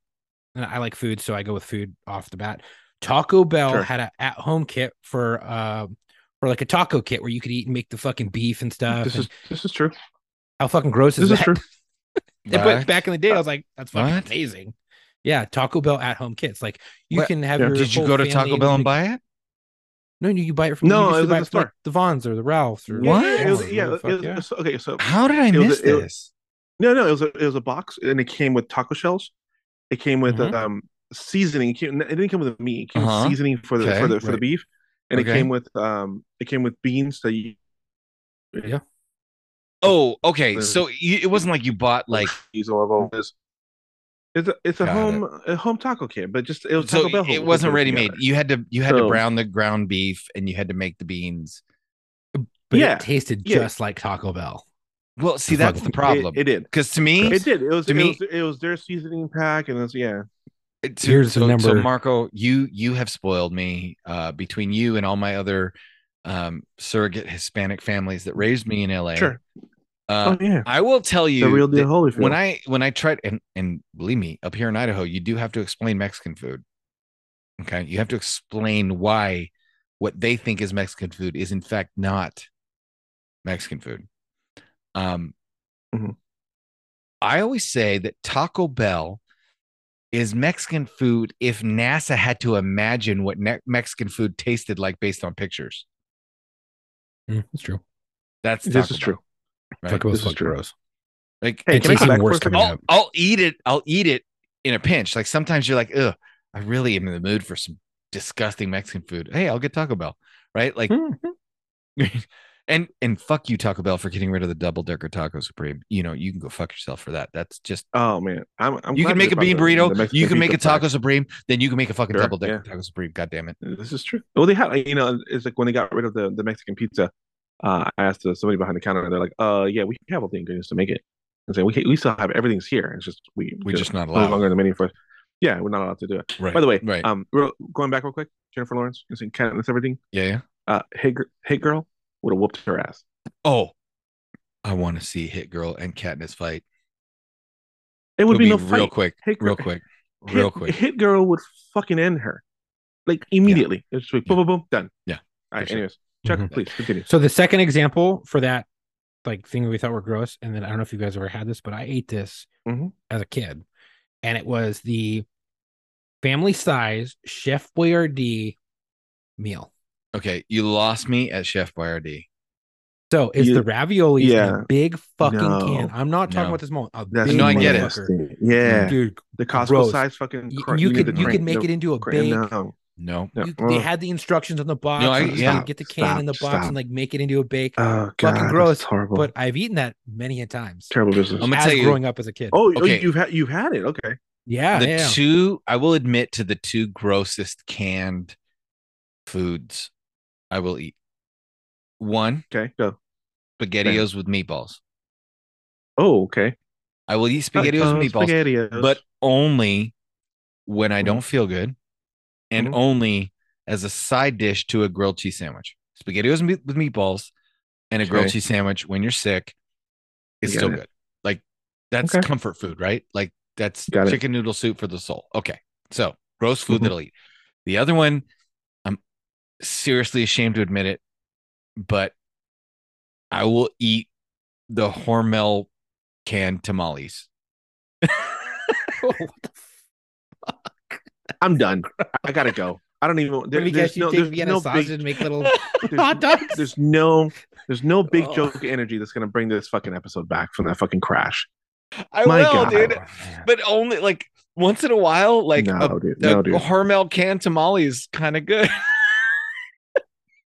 and I like food, so I go with food off the bat. Taco Bell Sure. had an at-home kit for uh, for like a taco kit where you could eat and make the fucking beef and stuff. this and is this is true. how fucking gross is This that? is true. Yeah, Back- but back in the day, I was like, that's fucking What? amazing. Yeah, Taco Bell at home kits. Like you What? can have Yeah. your. did you whole go to family Taco Bell and like- buy it? No, no, you buy it from. No, you it used to was buy at the from, like, store. the Vons or the Ralphs or What? Yeah, it was, Valley, yeah, whatever the it fuck, was- yeah. so- okay. So How did I It was- miss it was- this? no, no, it was a it was a box, and it came with taco shells. It came with Mhm. um seasoning. It, came- it didn't come with meat. It came Mm-hmm. Uh-huh. with seasoning for the Okay, for the for the right. beef, and it Okay. came with um it came with beans that you Oh, okay. Literally. So you, it wasn't like you bought like use all of this. It's a it's a Got home a home taco kit, but just it was so Taco Bell. it wasn't ready made. You had to you had to So- brown the ground beef and you had to make the beans. But Yeah, it tasted yeah. just like Taco Bell. Well, see The that's fuck- the problem. It, it did. Because to me, It did. It was To it, me- was it was their seasoning pack, and it's yeah. it- to, Here's so, the so number. Marco, you you have spoiled me uh, between you and all my other um, surrogate Hispanic families that raised me in LA. Sure. Uh, oh yeah. I will tell you The real that- deal Holyfield. when I when I tried and and believe me, up here in Idaho, you do have to explain Mexican food. Okay, you have to explain why what they think is Mexican food is in fact not Mexican food. Um, Mhm. I always say that Taco Bell is Mexican food if NASA had to imagine what ne- Mexican food tasted like based on pictures. Mm, that's true. That's this Taco is true. Right. Taco This Bell's is fucking true. gross. Bell. Like Hey, it can I tastes go back even for worse a second? coming I'll, up. I'll eat it. I'll eat it in a pinch. Like sometimes you're like, ugh, I really am in the mood for some disgusting Mexican food. Hey, I'll get Taco Bell, right? Like, Hmm. and and fuck you, Taco Bell, for getting rid of the double decker taco supreme. You know, you can go fuck yourself for that. That's just Oh man, I'm. I'm you glad can we make a brought bean the- burrito, the Mexican you can make a pizza back. taco supreme, then you can make a fucking Sure, double decker yeah. taco supreme. God damn it! This is true. Well, they had like, you know, it's like when they got rid of the, the Mexican pizza. Uh, I asked uh, somebody behind the counter, and they're like, "Uh, yeah, we have all the ingredients to make it." And say we can, we still have everything's here. It's just we We're just not no allowed. longer in the menu for us. Yeah, we're not allowed to do it. Right. By the way, right? um, real, going back real quick, Jennifer Lawrence, you saying Candace everything. yeah, yeah. Uh, hey, Gir- hey, girl, would have whooped her ass. Oh, I want to see Hit Girl and Katniss fight. It It'll would be, no real fight. quick, Hit Girl- real quick, Hit- real quick. Hit girl would fucking end her, like immediately. It's just like boom, boom, boom, done. Yeah, All right. for sure. Mm-hmm. Anyways, Chuck, Mhm. please continue. So the second example for that, like thing we thought were gross, and then I don't know if you guys ever had this, but I ate this Mhm. as a kid, and it was the family size Chef Boyardee meal. Okay, you lost me at Chef Boyardee. So it's You- the raviolis in yeah. a big fucking No. can. I'm not talking No. about this moment. A That's big No, I get it. motherfucker. disgusting. Yeah. Dude, The Costco Mm-hmm. Gross. size fucking. you, cra- you need could the you could crank- make the it into a crank- big. No, Mm. No, no. you- Ugh. they had the instructions on the box. I- and you yeah. get the can Stop, in the box stop. and like make it into a bake. oh, fucking God, gross, That's horrible. but I've eaten that many a times. terrible business. I'm gonna as tell you. growing up as a kid. oh, oh, okay. you've had you've had it. Okay. yeah, the yeah, yeah. two i will admit to the two grossest canned foods i will eat one Okay. Go. spaghettios with meatballs Oh, okay. i will eat spaghettios Uh, with meatballs Spaghettios. but only when i don't feel good and Mhm. only as a side dish to a grilled cheese sandwich spaghettios me- with meatballs and a grilled Okay. cheese sandwich when you're sick is Got still it. good like that's Okay. comfort food right like that's Got it. chicken noodle soup for the soul okay so gross food Mhm. that i'll eat the other one i'm seriously ashamed to admit it but i will eat the hormel canned tamales I'm done. I gotta go. I don't even. There, there's no. There's no big. make little There's, dogs. there's no. There's no big Oh. joke energy that's gonna bring this fucking episode back from that fucking crash. I My will, God. dude. But only like once in a while, like no, a, dude, a no, dude. Hormel can tamale is kind of good.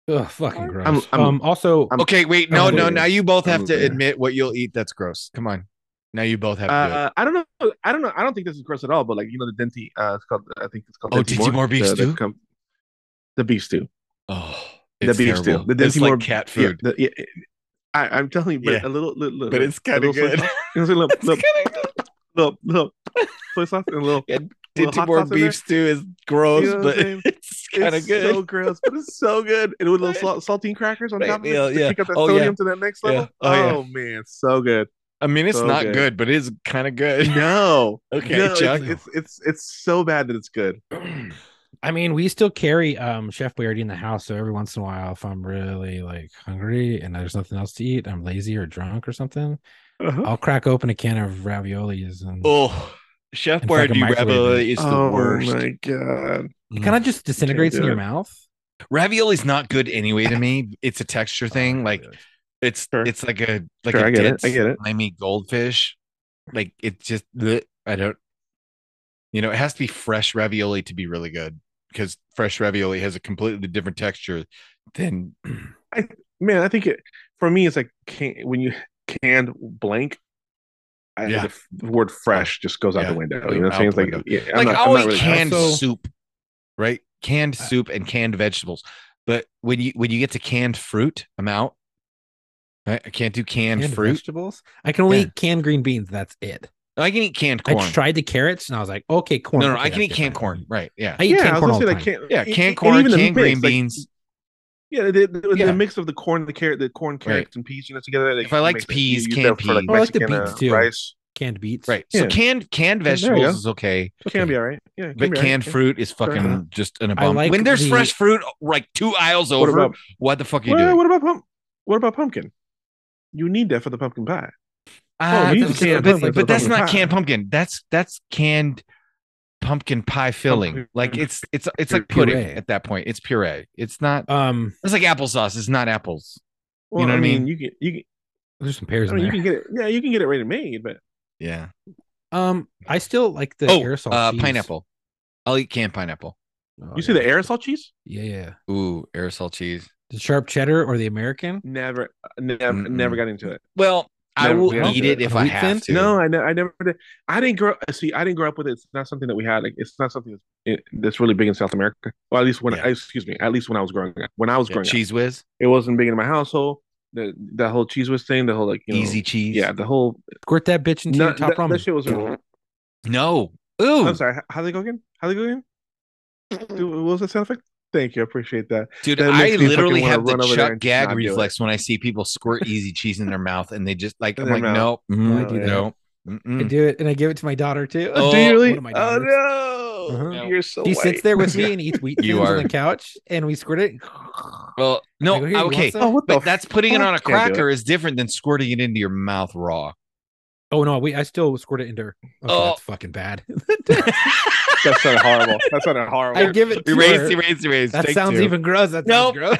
Ugh, fucking gross. I'm- I'm- um, also, I'm- okay, wait, no, I'm no. there. Now you both have I'm to there. admit what you'll eat. That's gross. Come on. Now you both have to. do it. Uh, I don't know. I don't know. I don't think this is gross at all. But like you know, the Denti. Uh, it's called. I think it's called. Oh, Dinty Moore beef the, stew? The, com- the beef stew. Oh, The it's beef stew. terrible. The it's Dinty like Moore- cat Yeah, food, the- yeah, I, I'm telling you, but Yeah. a little, little, little but it's kind of little good. Soy, it's a little, It's little, kinda good. little, little soy sauce and a little. Yeah, little Dinty hot Moore sauce in beef there. stew is gross, You know what but I'm saying? it's kind of It's good. So gross, but it's so good. And with little salt, saltine crackers on Right, top of it yeah, to yeah. kick up that Oh, yeah. sodium to that next Yeah. level. Oh, yeah. Oh, man, so good. I mean, it's so not good. good, but it is kind of good. No, Okay, no, it's- Chuck. It's, it's it's so bad that it's good. I mean, we still carry um Chef Boyardee in the house, so every once in a while, if I'm really like hungry and there's nothing else to eat, I'm lazy or drunk or something, Uh-huh. I'll crack open a can of raviolis and Oh, Chef And fucking Boyardee microwave ravioli is the oh worst. my god. it kind of just disintegrates in do your it. mouth. Ravioli's not good anyway to me. It's a texture thing. Like it's Sure. it's like a like Sure, a I get it, dead I get it. slimy goldfish. Like it just bleh, I don't. You know, it has to be fresh ravioli to be really good because fresh ravioli has a completely different texture than Man, I think it for me it's like can, when you canned blank. I, Yeah. the, f- the word fresh just goes out Yeah, the window. out You know what I'm saying? It's the like, window. yeah, I'm like not, I'll I'm not eat really- canned Also- soup, right? Canned soup and canned vegetables. But when you when you get to canned fruit, I'm out. Right? I can't do canned, Canned fruit. vegetables. I can only Yeah. eat canned green beans. That's it. I can eat canned corn. I tried the carrots and I was like, okay, corn. no, no, okay, I can eat okay, canned fine. corn. Right? Yeah, I eat yeah, canned I corn was all gonna the say time. like canned, yeah. and- Canned and corn, even the canned green mix, like, beans. Yeah, the, the, the Yeah. mix of the corn, the carrot, the corn, carrots, and peas, you know, together. Like, If I you liked make that- peas, you use canned that for, like, peas. Oh, I like the Mexican, beans, uh, too. Rice canned beets. right. So Yeah. canned canned there you vegetables go. is okay, can be all right. Yeah, it but can be all right, canned yeah. fruit is Fair enough. fucking just an abomination. like when there's the- fresh fruit like two aisles What over, about what the fuck are you what, doing? what about pump? What about pumpkin? You need that for the pumpkin pie. Ah, Oh, we that's- use canned but, pumpkin but for that's pumpkin not pie. canned pumpkin. That's that's canned pumpkin pie filling. Pumpkin Like it's it's it's like puree. pudding at that point. It's puree. It's not. Um, It's like applesauce. It's not apples. Well, know I what I mean, mean? you can you can there's some pears I mean, in you there. can get it. Yeah, you can get it ready made, but Yeah. Um, I still like the oh, aerosol uh, cheese. pineapple. I'll eat canned pineapple. Oh, you see yeah. the aerosol cheese? Yeah, yeah. Ooh, aerosol cheese. The sharp cheddar or the American? Never, uh, never, Mm-mm. never got into it. Well, I No, will we don't eat do it that. if I Wheat have thin? to. No, I, ne- I never did. I didn't grow. uh, See, I didn't grow up with it. It's not something that we had. Like, it's not something that's, that's really big in South America. Well, at least when, Yeah. excuse me, at least when I was growing up. When I was Yeah, growing up, cheese whiz, it wasn't big in my household. The that whole cheese whiz thing, the whole like you know, easy cheese. yeah, the whole Squirt that bitch into no, your top that, ramen. that shit was. I'm No. Ooh, sorry. h- How they go again? How they go again? Dude, what was that sound effect? Thank you, I appreciate that. dude, that I makes me literally fucking wanna have the run over there Chuck and gag not do it. reflex when I see people squirt easy cheese in their mouth and they just like, In I'm their like, mouth. no, mm, I do that. no. I mm-mm. do it and I give it to my daughter too. Oh, Do you really? One of my oh daughters. no! Uh-huh. You're so. He white. sits there with me and eats wheat You thins are- on the couch and we squirt it. Oh, Well, I no, go, "Here, you want okay. some?" Oh, what the? But that's putting it fuck? on a Can't do it. cracker is different than squirting it into your mouth raw. Oh no, we I still squirt it into her. Okay, Oh. that's fucking bad. f- that sounded horrible. That sounded horrible. I give it to Erase, her. erase, erase. That Take sounds two. even gross. That Nope. sounds gross.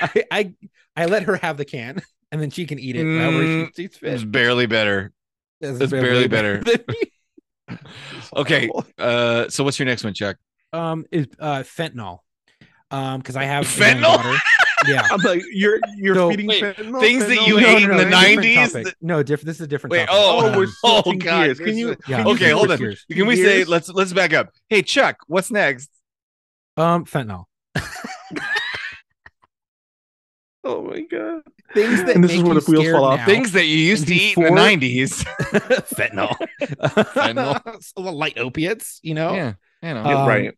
I, I I let her have the can and then she can eat it. however she sees fit. It's barely better. it's Mm. barely Okay. Uh, so what's your next one, Chuck? um is uh fentanyl. Um, because I have a Fentanyl? young daughter. Yeah. I'm like, you're you're No, feeding wait, fentanyl, things that fentanyl, you fentanyl, ate in the fentanyl. different 90s? topic. No, different. This is a different. Wait, topic. oh, Oh, we're Um, Oh, switching God, gears. this Can you? is- yeah. can you Okay, switch hold on. gears? Can we say Years? let's let's back up? Hey, Chuck, what's next? um, fentanyl. Oh my god! Things that And this make is when you the wheels scared fall off. now. Things that you used to eat in the Before- nineties. fentanyl, Fentanyl. So the light opiates. You know, you know. Uh, Um, right.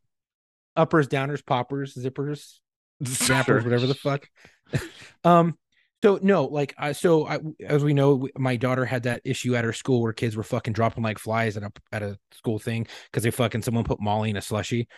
uppers, downers, poppers, zippers, Sure. snappers, whatever the fuck. um, so no, like, I, so I, as we know, w- my daughter had that issue at her school where kids were fucking dropping like flies at a at a school thing because they fucking someone put Molly in a slushy,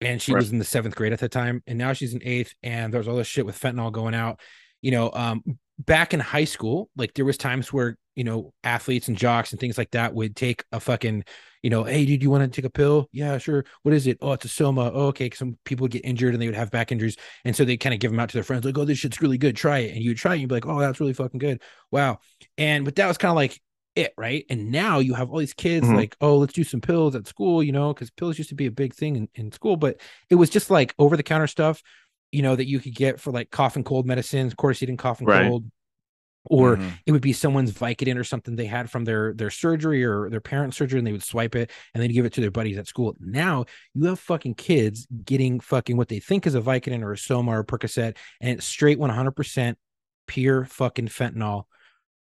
and she Right. was in the seventh grade at the time, and now she's in eighth, and there's all this shit with fentanyl going out. You know, um, back in high school, like there was times where you know athletes and jocks and things like that would take a fucking you know, hey, dude, you want to take a pill? Yeah, sure. What is it? Oh, it's a soma. Oh, okay. 'Cause Some people would get injured and they would have back injuries. And so they kind of give them out to their friends, like, oh, this shit's really good. Try it. And you would try it and you'd be like, oh, that's really fucking good. Wow. And but that was kind of like it, right? And now you have all these kids Mhm. like, oh, let's do some pills at school, you know, because pills used to be a big thing in, in school, but it was just like over the counter stuff, you know, that you could get for like cough and cold medicines, quercetin cough and Right. cold. Or Mhm. it would be someone's Vicodin or something they had from their their surgery or their parent's surgery, and they would swipe it and then give it to their buddies at school. Now you have fucking kids getting fucking what they think is a Vicodin or a Soma or a Percocet, and it's straight one hundred percent pure fucking fentanyl,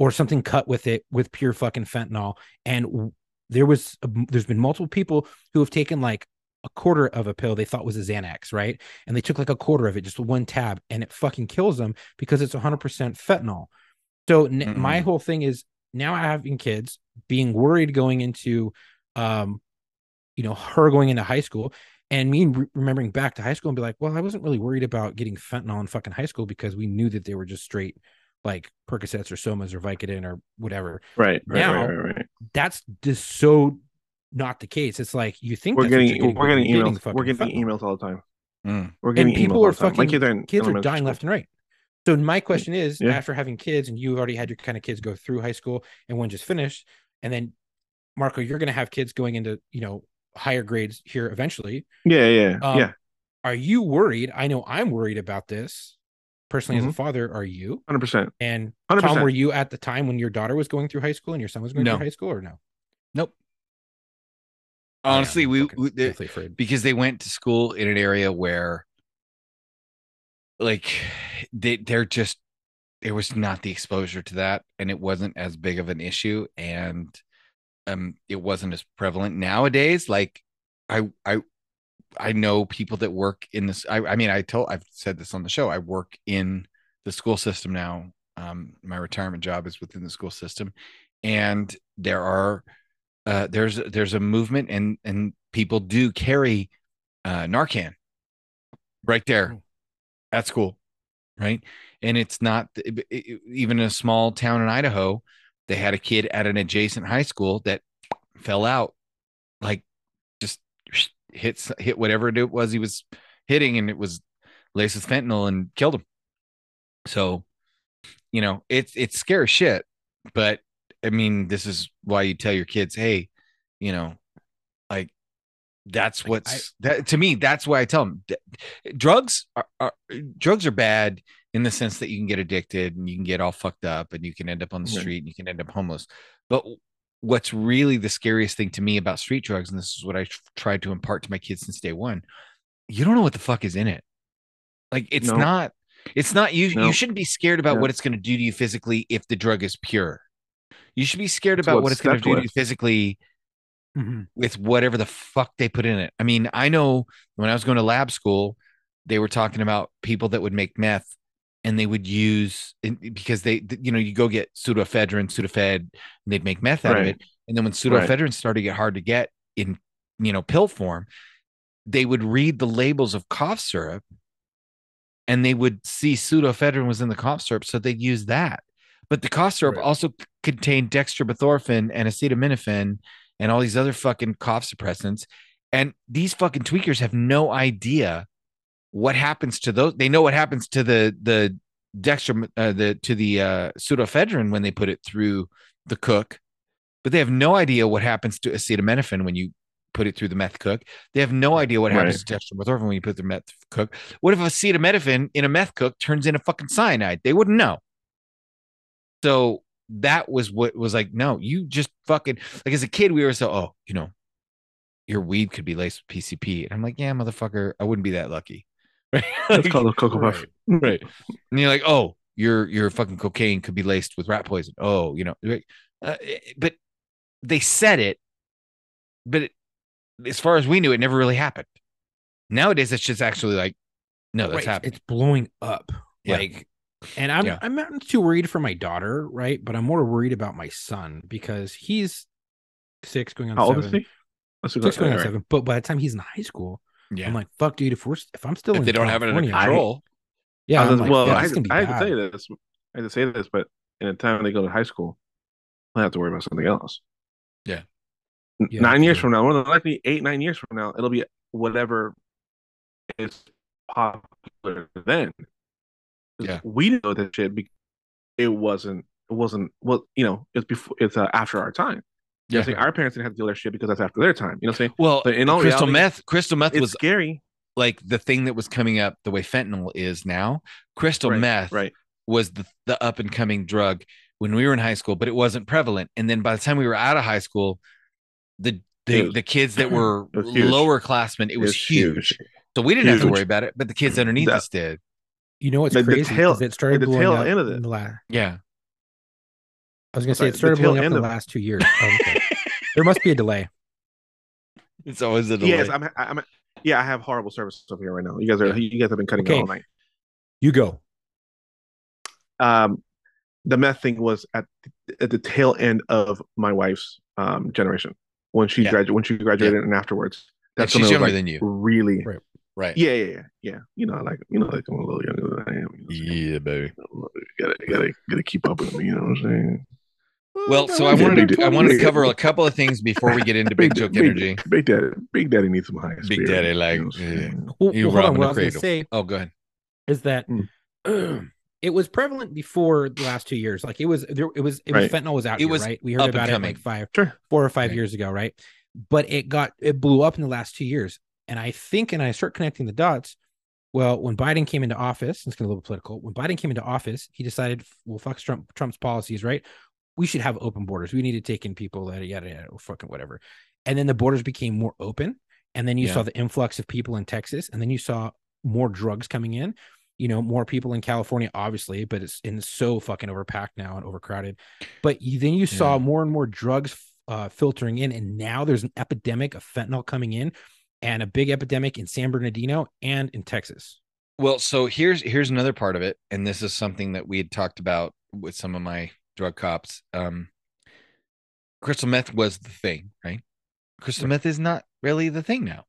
or something cut with it with pure fucking fentanyl. And w- there was a- there's been multiple people who have taken like a quarter of a pill they thought was a Xanax, right? And they took like a quarter of it, just one tab, and it fucking kills them because it's 100% fentanyl. So n- my Mm-mm. whole thing is now having kids being worried going into, um, you know, her going into high school and me re- remembering back to high school and be like, well, I wasn't really worried about getting fentanyl in fucking high school because we knew that they were just straight like Percocets or Somas or Vicodin or whatever. Right. Right. Now- right, right, right. That's just so not the case. It's like you think We're that's what getting, you're we're but getting you're emails. fucking we're getting fentanyl. emails all the time. Mm. We're getting people emails are all the time. fucking- are in kids are elementary dying school. left and right. So my question is, Yeah. after having kids, and you've already had your kind of kids go through high school, and one just finished, and then Marco, you're going to have kids going into you know higher grades here eventually. Yeah, yeah, Um, yeah. Are you worried? I know I'm worried about this personally as a father. Are you? Hundred percent. And Mm-hmm. Hundred Tom, were percent. you at the time when your daughter was going through high school and your son was going No. through high school, or no? Oh, Honestly, Yeah, I'm we, fucking we there, deathly afraid. because they went to school in an area where like they they're just there was not the exposure to that and it wasn't as big of an issue and um it wasn't as prevalent nowadays like i i i know people that work in this i, I mean i told i've said this on the show i work in the school system now um my retirement job is within the school system and there are uh, there's there's a movement and and people do carry uh, Narcan right there at school, right? And it's not it- it- even in a small town in Idaho. They had a kid at an adjacent high school that fell out, like just hits hit whatever it was he was hitting, and it was laced with fentanyl and killed him. So, you know, it's it's scary shit, but I mean, this is why you tell your kids, hey, you know, like that's Like, what's that to me. That's why I tell them d- drugs are, are drugs are bad in the sense that you can get addicted and you can get all fucked up and you can end up on the Right. street and you can end up homeless. But what's really the scariest thing to me about street drugs, and this is what I tr- tried to impart to my kids since day one, you don't know what the fuck is in it. Like it's No. not. It's not you. No. You shouldn't be scared about No. what it's going to do to you physically if the drug is pure. You should be scared It's about what's Mm-hmm. what it's going to do to stuffed with. you physically Mhm. with whatever the fuck they put in it. I mean, I know when I was going to lab school, they were talking about people that would make meth and they would use and- because they, th- you know, you go get pseudoephedrine, Sudafed, and they'd make meth out of Right. it. And then when Right. pseudoephedrine started to get hard to get in, you know, pill form, they would read the labels of cough syrup and they would see pseudoephedrine was in the cough syrup. So they'd use that. But the cough syrup Right. also c- contained dextromethorphan and acetaminophen and all these other fucking cough suppressants. And these fucking tweakers have no idea what happens to those. They know what happens to the the dextro uh, the to the uh, pseudoephedrine when they put it through the cook, but they have no idea what happens to acetaminophen when you put it through the meth cook. They have no idea what happens to dextromethorphan when you put the meth cook. What if acetaminophen in a meth cook turns into fucking cyanide? They wouldn't know. So that was what was like, no, you just fucking like as a kid, we were so, oh, you know, your weed could be laced with PCP. And I'm like, yeah, motherfucker, I wouldn't be that lucky. Right? It's called a cocoa puff. right. And you're like, oh, your your fucking cocaine could be laced with rat poison. Oh, you know, right? uh, but they said it, but it, as far as we knew, it never really happened. Nowadays, it's just actually like, no, that's Right, happening. It's blowing up. Yeah. Like, and I'm Yeah. I'm not too worried for my daughter, right? But I'm more worried about my son because he's six going on How old seven. is he? Let's go- Six going on alright. seven. But by the time he's in high school, Yeah, I'm like, fuck, dude. If we're if I'm still if in they don't have it under California, control, yeah. I I'm was- like, well, yeah, I, this is had, gonna I be had to bad. tell you this. I had to say this, but in the time they go to high school, they'll have to worry about something else. Yeah. N- Yeah, nine years true. from now, more than likely eight, nine years from now, it'll be whatever is popular then. 'Cause Yeah. We didn't know that shit because it wasn't it wasn't well, you know, it's before it's uh, after our time. You know what I'm saying? our parents didn't have to deal with that shit because that's after their time. You know what I'm saying? Well, But in all crystal reality, meth, crystal meth It's was scary. like the thing that was coming up the way fentanyl is now. Crystal right, meth Right. was the, the up and coming drug when we were in high school, but it wasn't prevalent. And then by the time we were out of high school, the the, Huge. the kids that were It was huge. lower classmen, it was It's huge. So we didn't have to Huge. worry about it, but the kids underneath That- us did. You know what's Like, the crazy? tail- is it started like, the blowing tail up end of in it. the la- Yeah. I was gonna say Sorry, it the started tail blowing up in end the of it. last two years. Oh, okay. there must be a delay. It's always a delay. Yes, I'm. I'm. Yeah, I have horrible service over here right now. You guys are. You guys have been cutting it Okay. all night. You go. um, the meth thing was at at the tail end of my wife's um, generation when she Yeah. graduated when she graduated and afterwards. Like, That's she's when it was, younger like, than you. Really? Right. Right. Yeah, yeah, yeah, yeah. You know, like you know, like I'm a little younger than I am. You know, so Yeah, baby. you gotta gotta gotta keep up with me. You know what I'm saying? Well, so I Yeah, wanted big to, daddy. I wanted to cover a couple of things before we get into Big Joke Energy. Big Daddy, Big Daddy needs some high. Big spirit, Daddy, you know like, what I'm yeah. saying? Well, You well, hold robbing on. What the I was cradle. gonna say Oh, go ahead. is that Hmm. it was prevalent before the last two years. Like it was there. It was it was Right. fentanyl was out. It here, was right. We heard up and about it coming. like five, Sure. four or five Right. years ago, right? But it got it blew up in the last two years, and I think, and I start connecting the dots. Well, when Biden came into office, it's going to a little political. When Biden came into office, he decided, well, fuck Trump, Trump's policies, right? We should have open borders. We need to take in people that yada yada, or fucking whatever. And then the borders became more open, and then you Yeah. saw the influx of people in Texas, and then you saw more drugs coming in you know more people in california obviously but it's and it's so fucking overpacked now and overcrowded but you, then you saw Yeah. more and more drugs uh, filtering in and now there's an epidemic of fentanyl coming in and a big epidemic in san bernardino and in texas Well, so here's here's another part of it, and this is something that we had talked about with some of my drug cops. Um, crystal meth was the thing, right? Crystal meth is not really the thing now,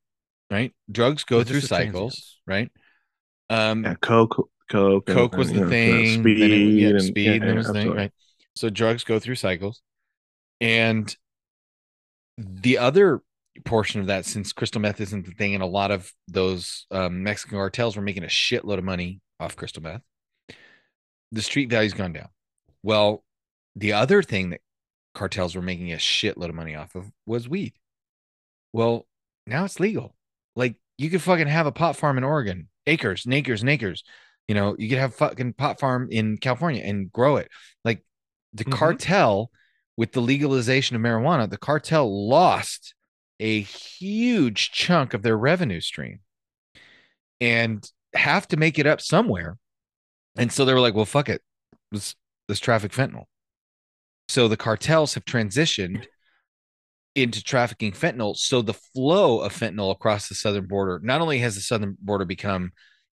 right? Drugs go It's through just a cycles, transience. right? Um, Yeah, coke, coke, and- coke was and, the you know, thing, Speed, then it, yeah, and, speed, yeah, and yeah, then was the thing, absolutely. right? So drugs go through cycles, and the other portion of that, since crystal meth isn't the thing, and a lot of those um, Mexican cartels were making a shitload of money off crystal meth, the street value's gone down. Well, the other thing that cartels were making a shitload of money off of was weed. Well, now it's legal. Like you could fucking have a pot farm in Oregon, acres and acres and acres. You know, you could have fucking pot farm in California and grow it. Like the Mhm. cartel with the legalization of marijuana, the cartel lost a huge chunk of their revenue stream and have to make it up somewhere. And so they were like, well, fuck it. Let's let's traffic fentanyl. So the cartels have transitioned into trafficking fentanyl. So the flow of fentanyl across the southern border, not only has the southern border become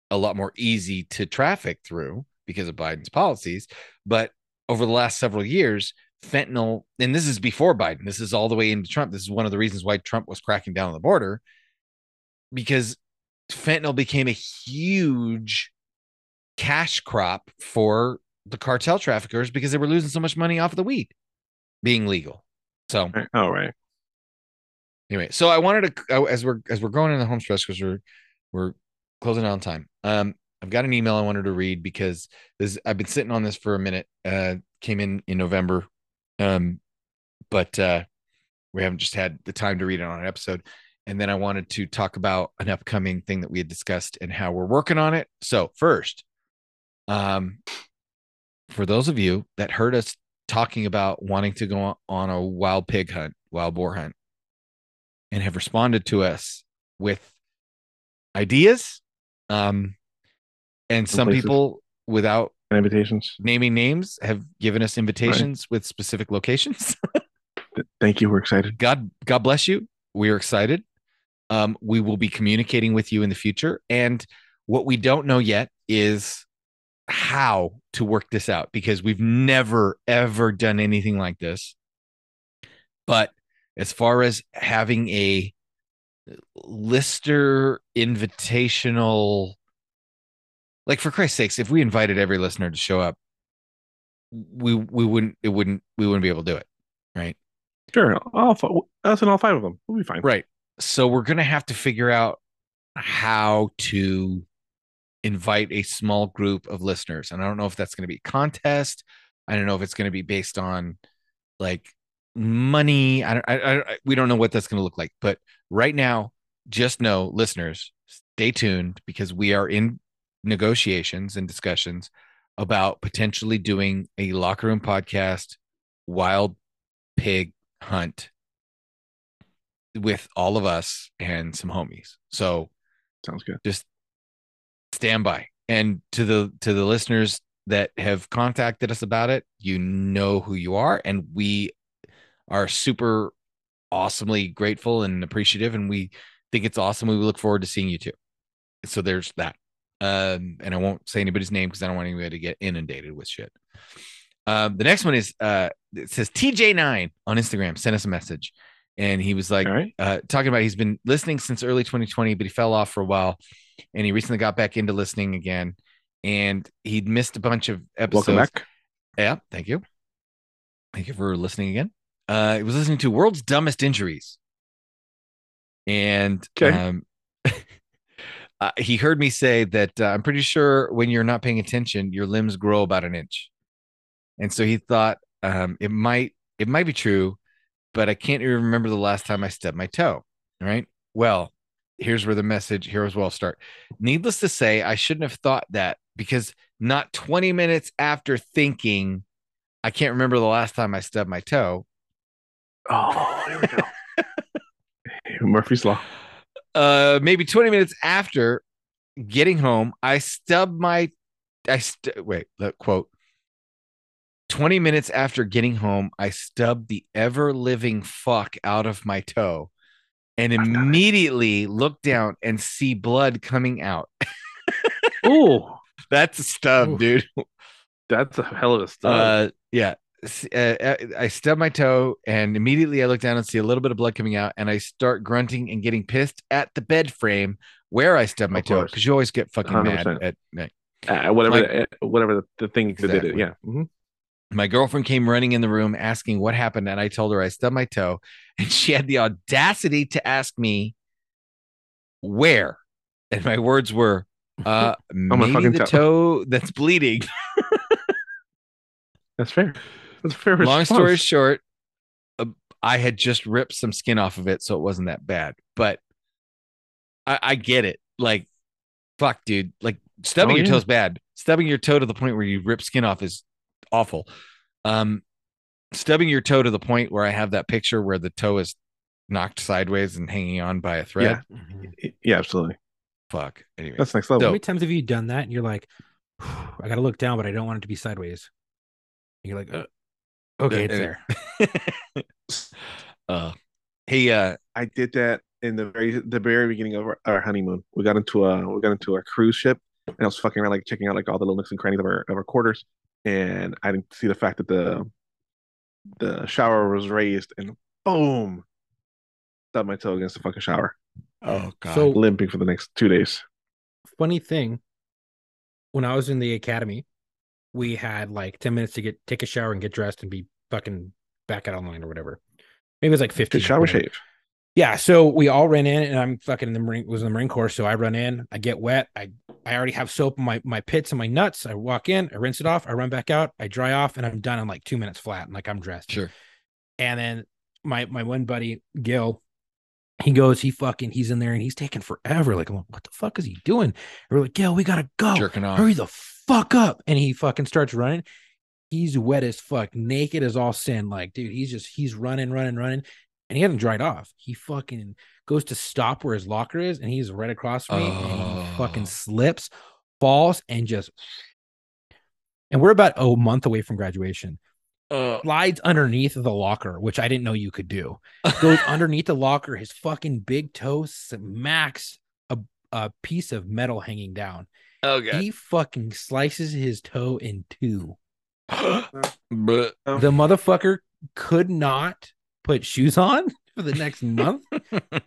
a lot more easy to traffic through because of Biden's policies, but over the last several years, fentanyl, and this is before Biden, this is all the way into Trump. This is one of the reasons why Trump was cracking down on the border because fentanyl became a huge cash crop for the cartel traffickers because they were losing so much money off of the weed being legal. So, Right. All right. anyway so i wanted to I- as we're as we're going in the home stretch because we're we're closing out on time um i've got an email i wanted to read because this i've been sitting on this for a minute uh came in in november um but uh we haven't just had the time to read it on an episode and then i wanted to talk about an upcoming thing that we had discussed and how we're working on it so first um for those of you that heard us talking about wanting to go on a wild pig hunt wild boar hunt and have responded to us with ideas. Um, and some places. people, without And invitations. naming names, have given us invitations with specific locations. Th- Thank you. We're excited. God, God bless you. We are excited. Um, we will be communicating with you in the future. And what we don't know yet is how to work this out because we've never, ever done anything like this. But as far as having a lister invitational, like for Christ's sakes, if we invited every listener to show up, we we wouldn't it wouldn't we wouldn't be able to do it. Sure. All fi- us and all five of them. We'll be fine. Right. So we're going to have to figure out how to invite a small group of listeners. And I don't know if that's going to be a contest I don't know if it's going to be based on like money. I don't. I, I, I- we don't know what that's going to look like. But right now, just know, listeners, stay tuned because we are in negotiations and discussions about potentially doing a locker room podcast, wild pig hunt with all of us and some homies. So Sounds good. stand by. And to the to the listeners that have contacted us about it, you know who you are, and we are super awesomely grateful and appreciative, and we think it's awesome. We look forward to seeing you too. So there's that. Um, and I won't say anybody's name because I don't want anybody to get inundated with shit. Um, the next one is uh, it says TJ9 on Instagram sent us a message, and he was like, All right. uh, talking about he's been listening since early 2020, but he fell off for a while, and he recently got back into listening again, and he'd missed a bunch of episodes. Welcome back. Yeah, thank you, thank you for listening again. Uh, he was listening to World's Dumbest Injuries, and Okay. um, uh, he heard me say that uh, I'm pretty sure when you're not paying attention, your limbs grow about an inch, and so he thought um, it might it might be true, but I can't even remember the last time I stubbed my toe. Right. Well, here's where the message. Here's where I'll start. Needless to say, I shouldn't have thought that because not 20 minutes after thinking, I can't remember the last time I stubbed my toe. Oh, here we go. Murphy's Law. Uh, maybe 20 minutes after getting home, I stubbed my. I st- wait. The quote. 20 minutes after getting home, I stubbed the ever living fuck out of my toe and immediately looked down and see blood coming out. Ooh, That's a stub, Oof. dude. that's a hell of a stuff. Uh, yeah. S- uh, I stub my toe and immediately I look down and see a little bit of blood coming out and I start grunting and getting pissed at the bed frame where I stub my Of toe course. because you always get fucking mad 100%. at night. Uh, whatever, like- the, uh, whatever the, the thing that did it. Exactly. Yeah. Mhm. My girlfriend came running in the room asking what happened and I told her I stubbed my toe and she had the audacity to ask me where and my words were uh maybe fucking the toe." toe that's bleeding That's fair. That's a fair. Long response. story short, uh, I had just ripped some skin off of it, so it wasn't that bad. But I, I get it. Like, fuck, dude. Like stubbing Oh, your yeah. toe is bad. Stubbing your toe to the point where you rip skin off is awful. Um, stubbing your toe to the point where I have that picture where the toe is knocked sideways and hanging on by a thread. Yeah, absolutely. Fuck. Anyway, That's next level. Mm-hmm. How So- many times have you done that? And you're like, I gotta look down, but I don't want it to be sideways. And you're like, "Uh, okay, it's uh, there. uh, hey, uh, I did that in the very the very beginning of our, our honeymoon. We got into a we got into a cruise ship, and I was fucking around like checking out like all the little nooks and crannies of our of our quarters, and I didn't see the fact that the the shower was raised, and boom, stubbed my toe against the fucking shower, oh god. So limping for the next two days. funny thing when i was in the academy we had like 10 minutes to get take a shower and get dressed and be fucking back out online or whatever maybe it was like 15 Good shower whatever. shave. yeah so we all ran in and i'm fucking in the marine was in the marine corps so i run in i get wet i i already have soap in my my pits and my nuts i walk in i rinse it off i run back out i dry off and i'm done in like two minutes flat and like i'm dressed sure. and then my my one buddy Gil, he goes, he fucking, he's in there and he's taking forever. Like, I'm like, what the fuck is he doing? And we're like, Gil, we gotta go. Jerking off. Oh, Hurry the fuck up. And he fucking starts running. He's wet as fuck, naked as all sin. Like, dude, he's just he's running, running, running. And he hasn't dried off. He fucking goes to stop where his locker is, and he's right across from me. And he Oh. fucking slips, falls, and just and we're about a month away from graduation slides underneath the locker, which I didn't know you could do. Goes underneath the locker, his fucking big toe smacks a, a piece of metal hanging down. Okay. He fucking slices his toe in two. But The motherfucker could not put shoes on for the next month.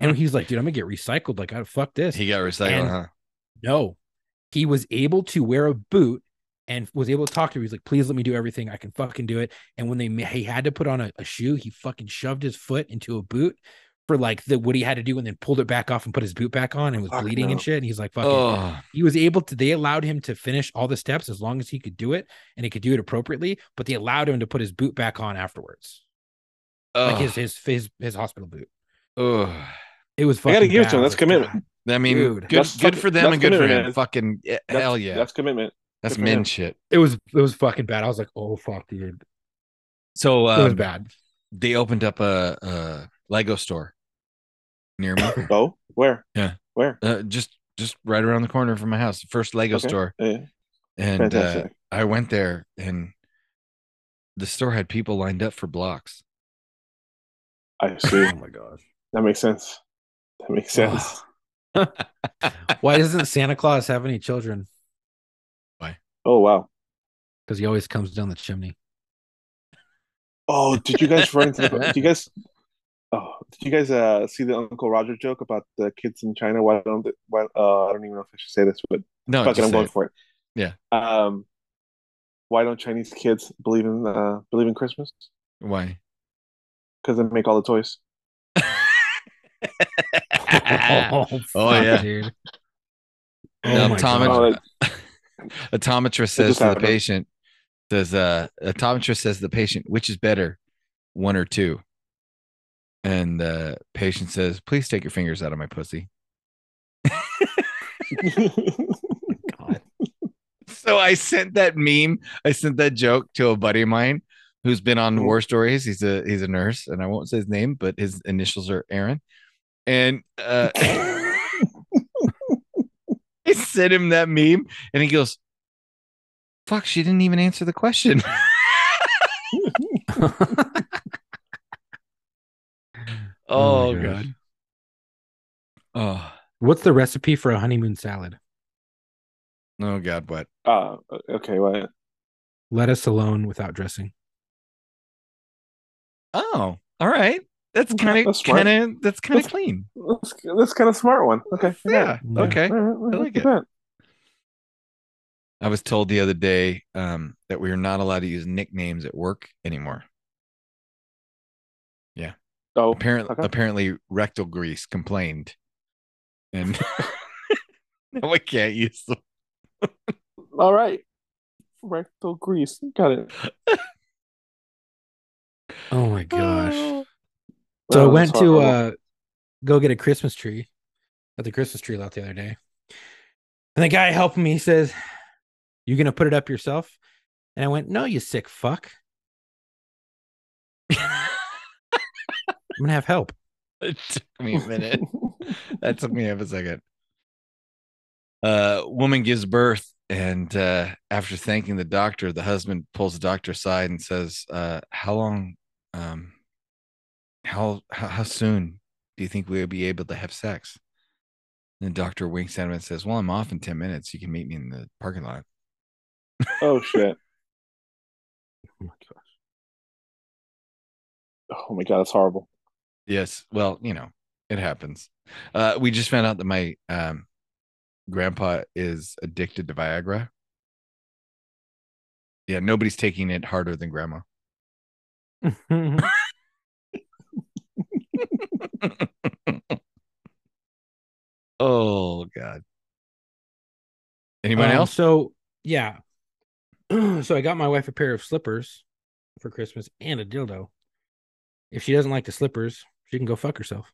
and he's like, dude, I'm gonna get recycled. Like, I fuck this. he got recycled, And- huh? No, he was able to wear a boot and was able to talk to her. He's like, please let me do everything. I can fucking do it. And when they ma- he had to put on a, a shoe, he fucking shoved his foot into a boot, for like the what he had to do and then pulled it back off and put his boot back on and was Fuck bleeding no. and shit. And he's like, fuck it. Oh, He was able to, they allowed him to finish all the steps as long as he could do it and he could do it appropriately, but they allowed him to put his boot back on afterwards. Oh, Like his, his his his hospital boot. It was I fucking gotta give it to bad. him. That's Like, commitment. God. I mean, Dude. good, That's good fucking- for them that's and good for commitment, him. man. Fucking yeah, That's- hell yeah, that's, That's commitment. good for men him. shit. It was it was fucking bad. I was like, oh fuck, dude. So It was um, bad. they opened up a, a Lego store near me, Oh, where? Yeah. Where? uh, just just right around the corner from my house. The first Lego Okay. store, Yeah. and uh, Fantastic. I went there, and the store had people lined up for blocks. I see. Oh my gosh. that makes sense. That makes sense. Why doesn't Santa Claus have any children? oh wow. Because he always comes down the chimney. Oh, did you guys run into the do you guys Oh, did you guys uh see the Uncle Roger joke about the kids in China? Why don't they, why uh I don't even know if I should say this, but No, fuck it, just I'm say going it. for it. Yeah. Um why don't Chinese kids believe in uh believe in Christmas? why? Because they make all the toys. Oh, yeah. dude. The Oh my optometr- Oh, God. that- Optometrist says just to the happened. patient, "Does uh, optometrist says to the patient which is better, one or two?" And the patient says, "Please take your fingers out of my pussy." So I sent that meme, I sent that joke to a buddy of mine who's been on Mm-hmm. Mhm. war stories. He's a he's a nurse, and I won't say his name, but his initials are Aaron. And uh, I sent him that meme, and he goes, "Fuck, she didn't even answer the question." Oh oh my gosh. god. Oh What's the recipe for a honeymoon salad? oh god, what? uh, okay, well, Lettuce alone without dressing. Oh, all right. That's kind of That's smart. kind of that's kind of That's- clean. that's, that's kind of a smart one. Okay. Yeah. Yeah. Okay. All right, I like it. look at that. I was told the other day um, that we are not allowed to use nicknames at work anymore. Oh, Apparently, okay. apparently, rectal grease complained, and now I can't use them. all right. Rectal grease. Got it. Oh my gosh. So I Well, went that's to horrible. uh, go get a Christmas tree at the Christmas tree lot the other day. And the guy helping me he says, You gonna put it up yourself? And I went, No, you sick fuck. I'm gonna have help. It took me a minute. that took me half a second. Uh, woman gives birth, and uh, after thanking the doctor, the husband pulls the doctor aside and says, uh, "How long? Um, how, how how soon do you think we'll be able to have sex?" And the doctor winks at him and says, "Well, I'm off in ten minutes. You can meet me in the parking lot." Oh shit. Oh my gosh. Oh my god, that's horrible. Yes. Well, you know, it happens. Uh, we just found out that my um, grandpa is addicted to Viagra. Yeah, nobody's taking it harder than grandma. Oh God. Anyone Um, else? So yeah. so I got my wife a pair of slippers for Christmas and a dildo. If she doesn't like the slippers, she can go fuck herself.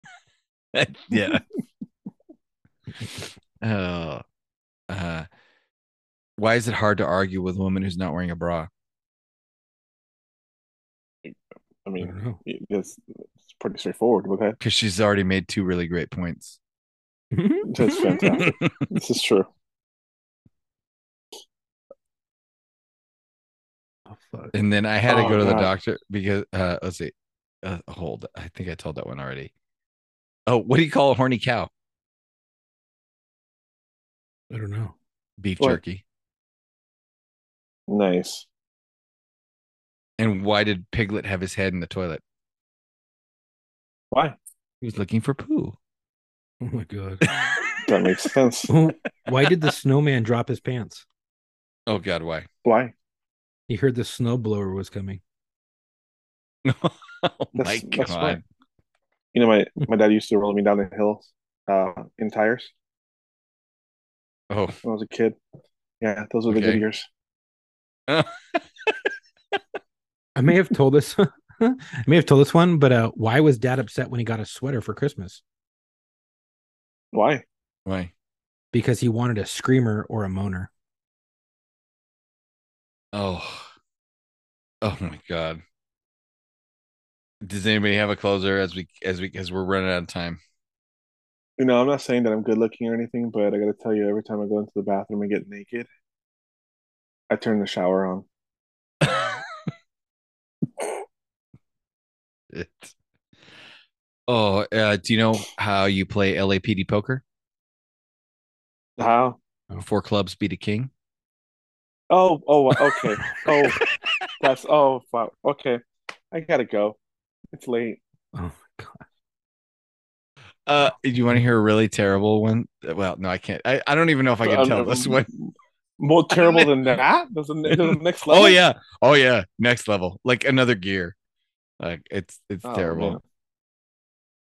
yeah. oh. Uh, why is it hard to argue with a woman who's not wearing a bra? I I mean, don't know. it's, it's pretty straightforward. Okay, Because she's already made two really great points. that's fantastic. this is true. Oh, fuck. And then I had to Oh, go to the God. doctor because uh let's see. Uh, hold. I think I told that one already. Oh, what do you call a horny cow? I don't know. Beef What? jerky. Nice. And why did Piglet have his head in the toilet? Why? He was looking for poo. Oh my god. That makes sense. Why did the snowman drop his pants? Oh God, why? Why? He heard the snowblower was coming. oh my That's- that's God. right. You know, my my dad used to roll me down the hill uh, in tires Oh, when I was a kid. Yeah, those were the Okay. good years. I may have told this. I may have told this one, but uh, why was Dad upset when he got a sweater for Christmas? Why? why? Because he wanted a screamer or a moaner. Oh, oh my God. Does anybody have a closer as we as we as we're running out of time? You know, I'm not saying that I'm good looking or anything, but I got to tell you, every time I go into the bathroom and get naked, I turn the shower on. It. Oh, uh, do you know how you play LAPD poker? How? Four clubs beat a king. Oh, oh, okay. Oh, that's oh, wow. Okay, I gotta go. It's late. Oh my god! Uh, do you want to hear a really terrible one? Well, no, I can't. I, I don't even know if I can Um, tell this one. More terrible than that? There's a, there's a next level. Oh yeah, oh yeah, next level, like another gear. Like it's it's Oh, terrible. man.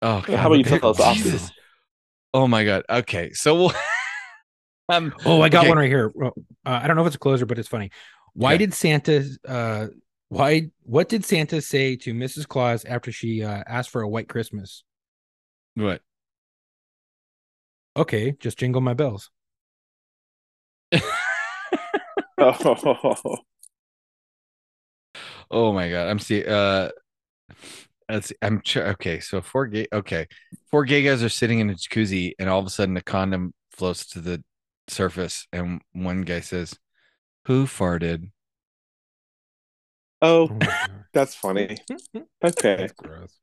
Oh, Yeah, how about you tell us off Jesus. this? Oh my god. Okay, so we'll. um, Oh, I got Okay. one right here. Uh, I don't know if it's a closer, but it's funny. Why Okay. did Santa? Uh, why? What did Santa say to Mrs. Claus after she uh, asked for a white Christmas? what? Okay, just jingle my bells. Oh, Oh my god. I'm see. Uh, let's. See, I'm ch- okay. So four gay. Okay, four gay guys are sitting in a jacuzzi, and all of a sudden, the condom floats to the surface, and one guy says, "Who farted?" Oh my God. that's funny. Okay, That's gross.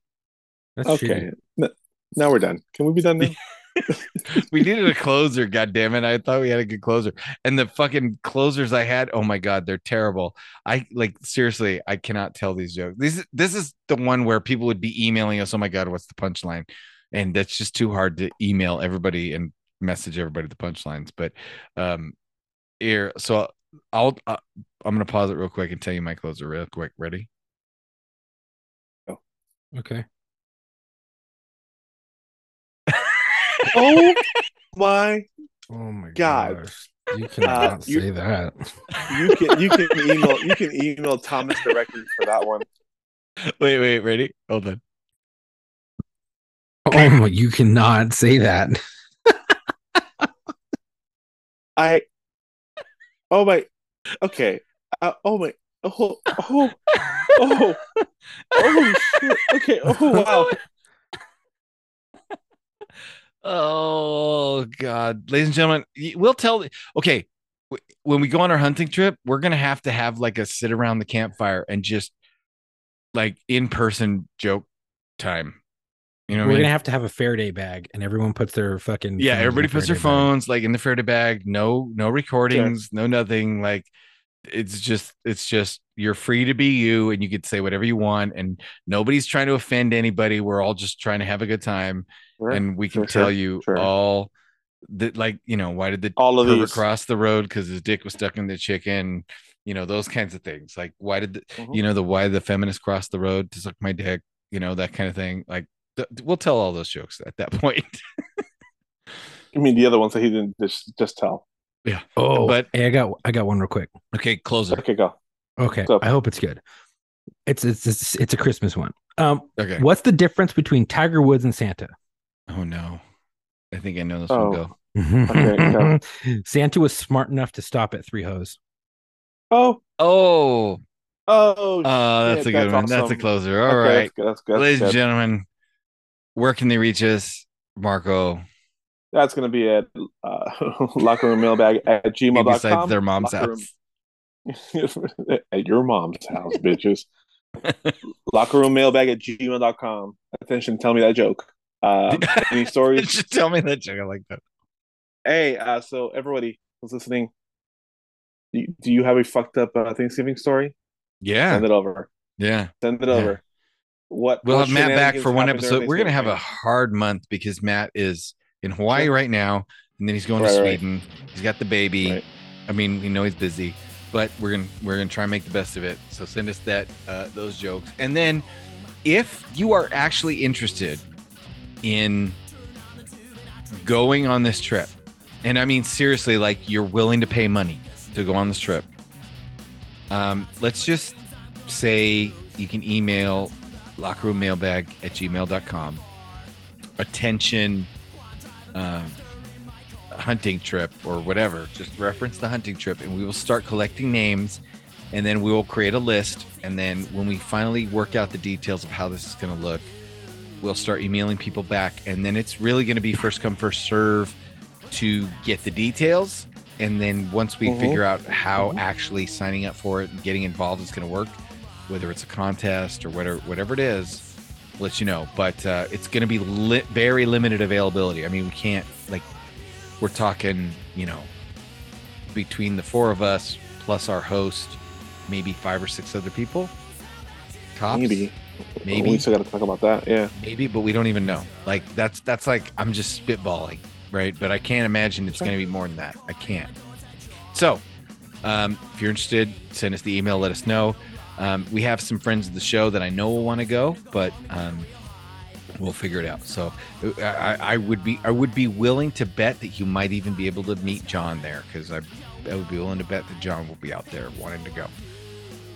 That's okay. N- Now we're done. Can we be done now? we needed a closer, god damn it. I thought we had a good closer. And the fucking closers I had, oh my god, they're terrible. I like seriously, I cannot tell these jokes. This this is the one where people would be emailing us, oh my god, what's the punchline? And that's just too hard to email everybody and message everybody the punchlines. But um here, so I'll, I'll I'm gonna pause it real quick and tell you my closer real quick. Ready? shitty. Okay. Oh my! Oh my God. gosh. You cannot Uh, you- say that. You can you can email you can email Thomas directly for that one. Wait, wait, ready? Hold on. Oh my! You cannot say that. I. Oh my. Okay. Uh, oh my. Oh oh oh oh shit. Okay. Oh wow. Oh God, ladies and gentlemen, y- we'll tell. Okay, w- when we go on our hunting trip, we're gonna have to have like a sit around the campfire and just like in person joke time. You know, We're what I mean? gonna have to have a Faraday bag, and everyone puts their fucking yeah, phones in everybody the puts their Faraday bag. phones like in the Faraday bag. No, no recordings, no nothing. Like it's just, it's just you're free to be you, and you could say whatever you want, and nobody's trying to offend anybody. We're all just trying to have a good time and we can sure, sure, tell you sure. all that like you know why did the all of pervert these. cross the road because his dick was stuck in the chicken you know those kinds of things like why did the, Mhm. you know the why the feminist crossed the road to suck my dick you know that kind of thing like th- we'll tell all those jokes at that point I mean the other ones that he didn't just just tell. Oh, But- but hey, I got I got one real quick. okay closer Okay, go. Okay, So- I hope it's good. It's it's it's, it's a Christmas one. Um, okay what's the difference between Tiger Woods and Santa? oh no i think i know this Oh. one go Okay, Santa was smart enough to stop at three hoes. Oh oh oh. uh, that's shit, a good that's one that's a awesome. closer All okay, right, That's good. That's good. ladies That's, and good. gentlemen where can they reach us marco that's gonna be at uh, locker room mailbag at gmail.com. besides their mom's Locker house room- at your mom's house, bitches. Locker room mailbag at gmail.com. Attention, tell me that joke. Uh, any stories? Just tell me that joke. I like that. Hey, uh, so everybody who's listening, do you, do you have a fucked up uh, Thanksgiving story? Yeah. Send it over. Yeah. Send it Yeah. over. What We'll what have Matt back shenanigans for one happened during episode. We're going to have a Thanksgiving? hard month because Matt is in Hawaii Sure. right now and then he's going to Right, right. Sweden. He's got the baby. Right. I mean, we know he's busy, but we're going to we're going to try and make the best of it. So send us that uh, those jokes. And then if you are actually interested in going on this trip. And I mean, seriously, like you're willing to pay money to go on this trip. Um, let's just say you can email lockerroommailbag at gmail.com. Attention um, hunting trip or whatever. Just reference the hunting trip and we will start collecting names and then we will create a list. And then when we finally work out the details of how this is going to look, we'll start emailing people back and then it's really going to be first come first serve to get the details and then once we Mhm. figure out how actually signing up for it and getting involved is going to work whether it's a contest or whatever whatever it is we'll let you know but uh, it's going to be li- very limited availability i mean we can't like we're talking you know between the four of us plus our host maybe five or six other people tops Maybe. Maybe. We still got to talk about that. Yeah. maybe but we don't even know like that's that's like i'm just spitballing right but i can't imagine it's going to be more than that i can't so um, if you're interested send us the email let us know um, we have some friends of the show that i know will want to go but um, we'll figure it out so I, I I would be i would be willing to bet that you might even be able to meet john there because I, I would be willing to bet that john will be out there wanting to go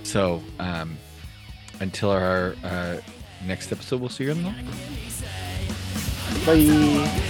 so um, until our uh, next episode we'll see you in the Bye.